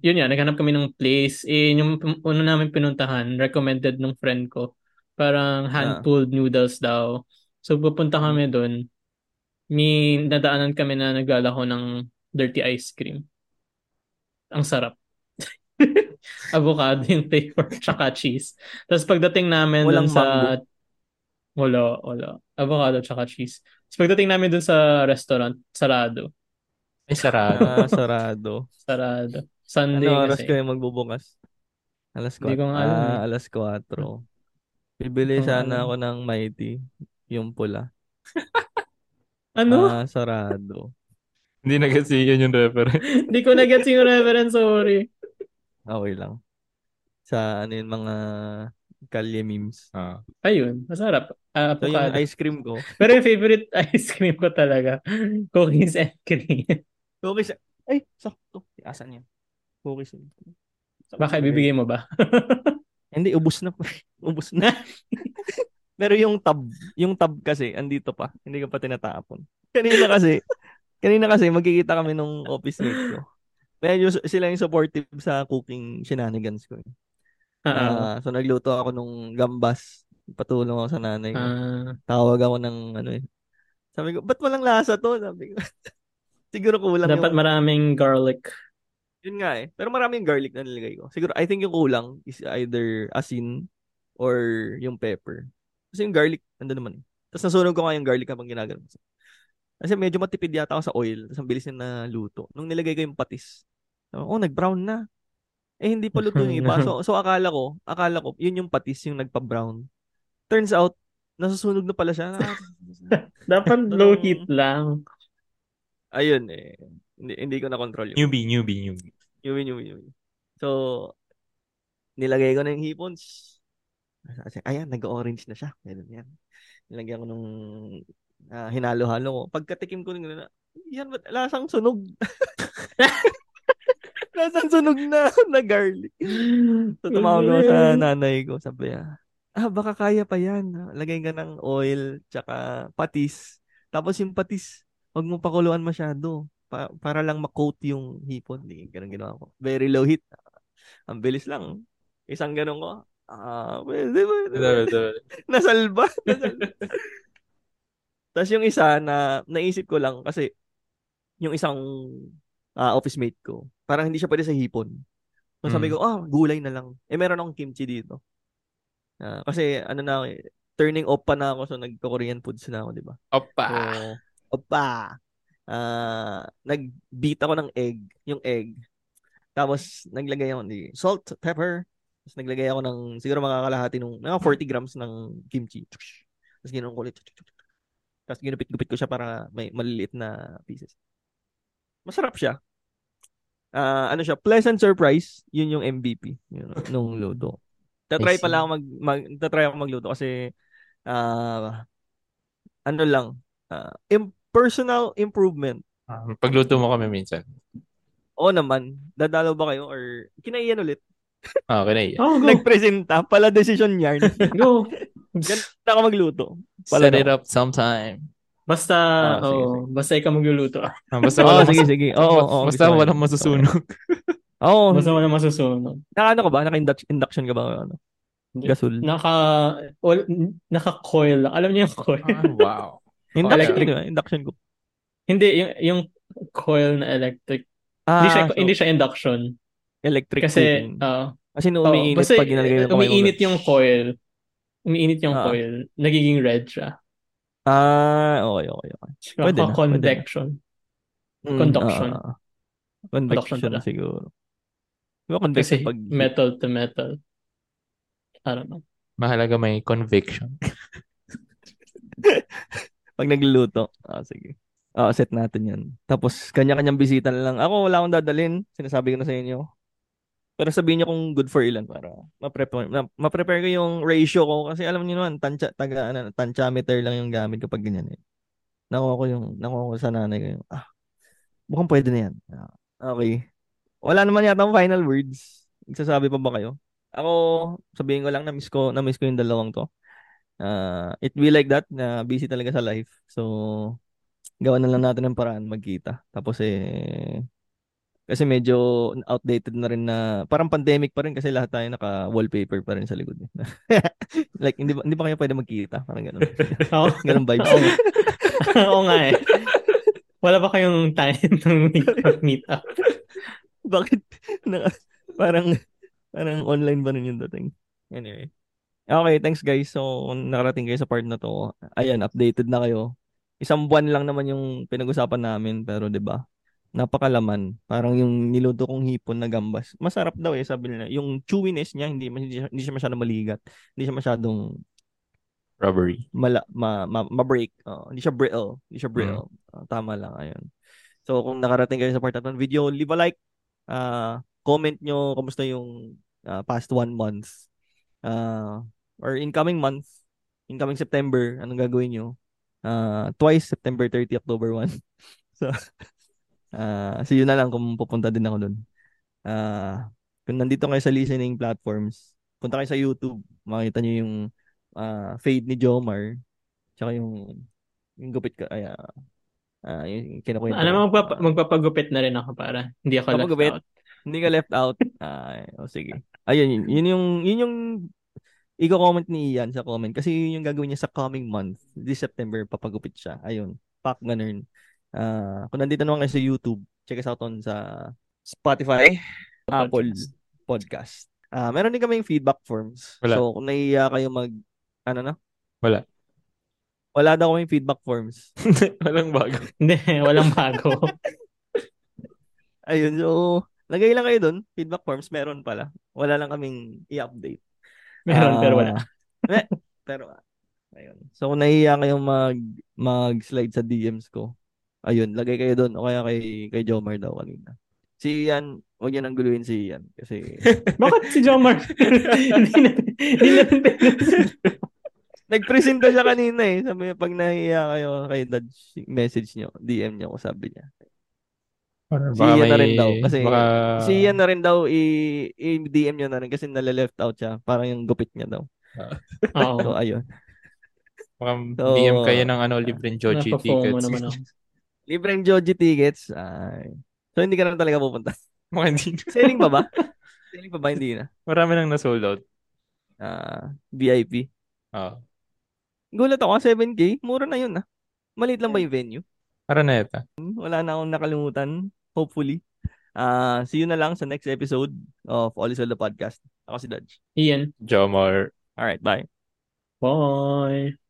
[SPEAKER 1] yun yan, naghanap kami ng place. Eh, yung pum- una namin pinuntahan, recommended ng friend ko. Parang hand-pulled noodles daw. So, pupunta kami doon. May nadaanan kami na naglalaho ng dirty ice cream. Ang sarap. Avocado yung flavor, tsaka cheese. Tapos pagdating namin
[SPEAKER 3] Walang
[SPEAKER 1] dun sa... Wala, wala. Avocado tsaka cheese. Tapos pagdating namin dun sa restaurant, sarado.
[SPEAKER 2] Ay, sarado.
[SPEAKER 3] Ah, sarado.
[SPEAKER 1] Sarado. Sunday
[SPEAKER 3] Ano oras
[SPEAKER 1] kasi.
[SPEAKER 3] kayo magbubukas? Alas 4.
[SPEAKER 1] Hindi ko nga alam
[SPEAKER 3] Ah,
[SPEAKER 1] eh.
[SPEAKER 3] alas 4.
[SPEAKER 1] Hindi ko
[SPEAKER 3] Bibili
[SPEAKER 1] nga
[SPEAKER 3] sana
[SPEAKER 1] alam.
[SPEAKER 3] ako ng Mighty. Yung pula.
[SPEAKER 1] Ano?
[SPEAKER 3] Ah, sarado.
[SPEAKER 2] Hindi na kasi yun yung reference.
[SPEAKER 1] Hindi ko na-get yung reference, sorry.
[SPEAKER 3] Okay lang. Sa ano yun, mga kalye memes.
[SPEAKER 2] Ah.
[SPEAKER 1] Ayun, masarap. Ah,
[SPEAKER 3] So, yung
[SPEAKER 1] avocado.
[SPEAKER 3] ice cream ko.
[SPEAKER 1] Pero yung favorite ice cream ko talaga, cookies and cream.
[SPEAKER 3] Cookies. Ay, sakto. Asan yan? Cookies.
[SPEAKER 1] Baka ibibigay mo ba?
[SPEAKER 3] Hindi, ubus na. ubus na. Pero yung tab, yung tab kasi, andito pa. Hindi ko pa tinatapon. Kanina kasi, kanina kasi, magkikita kami nung office mate ko. Medyo s- sila yung supportive sa cooking shenanigans ko. eh.
[SPEAKER 1] Ah,
[SPEAKER 3] Ah, so, nagluto ako nung gambas. Patulong ako sa nanay ko.
[SPEAKER 1] ah.
[SPEAKER 3] Tawag ako ng ano eh. Sabi ko, ba't walang lasa to? Sabi ko. Siguro kulang
[SPEAKER 1] dapat
[SPEAKER 3] yung,
[SPEAKER 1] maraming garlic.
[SPEAKER 3] Yun nga eh. Pero marami yung garlic na nilagay ko. Siguro, I think yung kulang is either asin or yung pepper. Kasi yung garlic, nandun naman eh. Tapos nasunog ko nga yung garlic habang ginagano. ko. Kasi medyo matipid yata ako sa oil. Tapos ang bilis na naluto. Nung nilagay ko yung patis, sabi ko, oh, nag-brown na. Eh, hindi pa luto yung iba. So, so akala ko, akala ko, yun yung patis yung nagpa-brown. Turns out, nasusunog na pala siya.
[SPEAKER 4] Dapat low heat lang.
[SPEAKER 3] Ayun eh. Hindi, hindi ko na-control yun.
[SPEAKER 2] Newbie, newbie, newbie.
[SPEAKER 3] Yumi, yumi, yumi. So, nilagay ko na yung hipon. Shhh. Kasi, Ayan, nag-orange na siya. Ganun yan. Nilagyan ko nung ah, hinalo-halo ko. Pagkatikim ko nung na, yan, ba't lasang sunog. lasang sunog na na garlic. So, tumawag ako
[SPEAKER 1] Ano
[SPEAKER 3] sa nanay ko. Sabi niya, ah, baka kaya pa yan. Lagay ka ng oil, tsaka patis. Tapos yung patis, huwag mo pakuluan masyado. Pa- para lang makoat yung hipon. Hindi, ganun ginawa ko. Very low heat. Ang bilis lang. Isang ganun ko. Ah, pwede, pwede, pwede. Nasalba. Nasalba. Tapos yung isa na naisip ko lang kasi yung isang ah, office mate ko, parang hindi siya pwede sa hipon. So sabi
[SPEAKER 2] Mm.
[SPEAKER 3] ko, ah, gulay na lang. Eh, meron akong kimchi dito. Ah, kasi ano na ako eh, turning off pa na ako so nagko-Korean foods na ako, di ba?
[SPEAKER 2] Opa.
[SPEAKER 3] So, Oh, opa. Ah, nag-beat ako ng egg, yung egg. Tapos naglagay ako ng salt, pepper. Tapos naglagay ako ng siguro mga kalahati nung mga 40 grams ng kimchi. Tapos ginanon ko ulit. Tapos ginupit-gupit ko siya para may maliliit na pieces. Masarap siya. Ah, ano siya, pleasant surprise, yun yung MVP yun, nung luto.
[SPEAKER 2] I
[SPEAKER 3] Tatry
[SPEAKER 2] see.
[SPEAKER 3] pala ako mag, mag tatry ako magluto kasi ah ano lang, ah, im- personal improvement.
[SPEAKER 2] Ah, Pagluto mo kami minsan.
[SPEAKER 3] Oo naman, dadalaw ba kayo or kinaiyan ulit?
[SPEAKER 2] Ah, okay na iya.
[SPEAKER 4] Oh, go.
[SPEAKER 3] Nagpresenta, pala decision yarn.
[SPEAKER 4] go.
[SPEAKER 3] Ganda ka magluto. Pala
[SPEAKER 2] Set it
[SPEAKER 3] daw.
[SPEAKER 2] up sometime.
[SPEAKER 4] Basta,
[SPEAKER 3] Ah, sige,
[SPEAKER 4] oh, basta ikaw magluluto.
[SPEAKER 2] Ah, basta
[SPEAKER 3] Oo,
[SPEAKER 2] wala
[SPEAKER 3] Oh, sige, sige. Oo, oo,
[SPEAKER 2] basta
[SPEAKER 3] gusto ko
[SPEAKER 2] walang
[SPEAKER 3] yun.
[SPEAKER 2] masusunog.
[SPEAKER 3] Oo,
[SPEAKER 4] Basta wala masusunod.
[SPEAKER 3] nakaano ka ba? Naka-induction ka ba? Ano?
[SPEAKER 4] Hindi.
[SPEAKER 3] Gasol.
[SPEAKER 4] Naka, all, naka-coil. lang. Alam niyo yung coil?
[SPEAKER 2] Ah, wow.
[SPEAKER 3] Induction,
[SPEAKER 4] Electric.
[SPEAKER 3] di ba? Induction ko.
[SPEAKER 4] Hindi, yung, yung coil na electric.
[SPEAKER 3] Ah,
[SPEAKER 4] hindi, siya,
[SPEAKER 3] so,
[SPEAKER 4] hindi siya induction.
[SPEAKER 3] electric
[SPEAKER 4] Kasi,
[SPEAKER 3] cooking.
[SPEAKER 4] ah,
[SPEAKER 3] Kasi nung
[SPEAKER 4] oo,
[SPEAKER 3] Oh, umiinit
[SPEAKER 4] basta,
[SPEAKER 3] pag ginalagay mo
[SPEAKER 4] umiinit yung coil. Umiinit yung
[SPEAKER 3] Ah.
[SPEAKER 4] coil. Nagiging red siya.
[SPEAKER 3] Ah, okay, okay, okay. Pwede na, pwede na.
[SPEAKER 4] convection.
[SPEAKER 3] Mm,
[SPEAKER 4] Conduction.
[SPEAKER 3] ah, ah. convection
[SPEAKER 4] Conduction pala.
[SPEAKER 3] siguro. Di ba convection
[SPEAKER 4] Kasi
[SPEAKER 3] pag...
[SPEAKER 4] metal to metal. I don't know.
[SPEAKER 2] Mahalaga may conviction.
[SPEAKER 3] Pag nagluluto. Ah, sige. Ah, set natin yan. Tapos, kanya-kanyang bisita na lang. Ako, wala akong dadalin. Sinasabi ko na sa inyo. Pero sabihin niyo kung good for ilan para ma-prepare, na- ma-prepare ko yung ratio ko. Kasi alam niyo naman, tansya, taga, ano, tantiameter lang yung gamit kapag ganyan eh. Nakuha ko yung, nakuha ko sa nanay ko yung, ah, mukhang pwede na yan. Ah, Okay. Wala naman yata akong final words. Nagsasabi pa ba kayo? Ako, sabihin ko lang, na-miss ko, na-miss ko yung dalawang to. Ah, it be like that na busy talaga sa life. So gawa na lang natin ng paraan magkita. Tapos eh kasi medyo outdated na rin na parang pandemic pa rin kasi lahat tayo naka wallpaper pa rin sa likod. eh. like hindi ba, hindi pa kayo pwede magkita, parang ganun.
[SPEAKER 4] Oo.
[SPEAKER 3] Ganun vibes.
[SPEAKER 4] Oo. Oo nga eh. Wala ba kayong time ng meet up?
[SPEAKER 3] Bakit naka, parang parang online ba nun yung dating? Anyway. Okay, thanks guys. So, kung nakarating kayo sa part na to, ayan, updated na kayo. Isang buwan lang naman yung pinag-usapan namin, pero 'di ba? Napakalaman. Parang yung niluto kong hipon na gambas. Masarap daw eh, sabi nila. Yung chewiness niya, hindi, hindi, siya- hindi siya masyadong maligat. Hindi siya masyadong
[SPEAKER 2] Robbery.
[SPEAKER 3] mala, ma, ma, ma-break. Oo, hindi siya brittle. Hindi siya brittle. Ah, tama lang, ayun. So, kung nakarating kayo sa part na to ng video, leave a like. Ah, comment nyo kamusta yung ah, past one month. Ah, or incoming month, incoming September, anong gagawin nyo? Ah, twice, September 30, October 1. so, ah, see you na lang kung pupunta din ako dun. Ah, kung nandito kayo sa listening platforms, punta kayo sa YouTube, makita nyo yung ah, fade ni Jomar, tsaka yung yung gupit ka, ay, ah, ah, yung kinukwento.
[SPEAKER 1] Ano
[SPEAKER 4] Alam mo,
[SPEAKER 3] ko.
[SPEAKER 4] Ano, magpapa- magpapagupit na rin ako para hindi ako left
[SPEAKER 3] Papagupit?
[SPEAKER 4] out.
[SPEAKER 3] Hindi ka left out. Ay, o sige. Ayun, yun, yun yung, yun yung i-comment ni Ian sa comment. Kasi yun yung gagawin niya sa coming month. This September, papagupit siya. Ayun. Pak ganun. Ah, kung nandito naman kayo sa YouTube, check us out on sa Spotify,
[SPEAKER 2] Ah,
[SPEAKER 3] Apple Podcast. Ah, meron din kaming feedback forms.
[SPEAKER 2] Wala.
[SPEAKER 3] So, kung nahiya kayo mag, ano na?
[SPEAKER 2] Wala.
[SPEAKER 3] Wala daw kaming feedback forms.
[SPEAKER 2] Walang bago.
[SPEAKER 4] Hindi, walang bago.
[SPEAKER 3] Ayun, so, lagay lang kayo dun. Feedback forms, meron pala. Wala lang kaming i-update.
[SPEAKER 4] Meron, pero wala.
[SPEAKER 3] Ah, me- pero, ah, ayun. So, kung nahiya kayong mag, mag-slide sa DMs ko, ayun, lagay kayo doon. O kaya kay, kay Jomar daw kanina. Si Ian, huwag niyo nang guluhin si Ian. Kasi,
[SPEAKER 4] Bakit si Jomar? Hindi na, hindi na
[SPEAKER 3] nagpresenta siya kanina eh. Sabi niya, pag nahiya kayo kay dad, message niyo, DM niyo ko, sabi niya. Si
[SPEAKER 2] Baka
[SPEAKER 3] Ian na
[SPEAKER 2] may-
[SPEAKER 3] rin daw, kasi
[SPEAKER 2] baka-
[SPEAKER 4] Ah.
[SPEAKER 3] si Ian na rin daw, i- i-DM niyo na rin kasi nale-left out siya. Parang yung gupit niya daw.
[SPEAKER 4] Oo.
[SPEAKER 3] So, ayun.
[SPEAKER 2] Baka
[SPEAKER 3] So,
[SPEAKER 2] DM kayo ng ano, libreng Joji
[SPEAKER 4] Napa-FOMO
[SPEAKER 2] tickets.
[SPEAKER 4] naman ako.
[SPEAKER 3] Libre ang Joji tickets. Ay. So, hindi ka na talaga pupunta.
[SPEAKER 2] Mga hindi na.
[SPEAKER 3] Selling pa ba? Selling pa ba? Hindi na.
[SPEAKER 2] Marami nang na-sold out.
[SPEAKER 3] Ah, VIP.
[SPEAKER 2] Oo.
[SPEAKER 3] Gulat ako, 7K. Mura na yun ah. Maliit lang ba yung venue?
[SPEAKER 2] Para na ito.
[SPEAKER 3] Wala na akong nakalimutan. Hopefully. Ah, see you na lang sa next episode of All Is Well the Podcast. Ako si Dodge.
[SPEAKER 4] Ian.
[SPEAKER 2] Jomar.
[SPEAKER 3] Alright, bye.
[SPEAKER 4] Bye.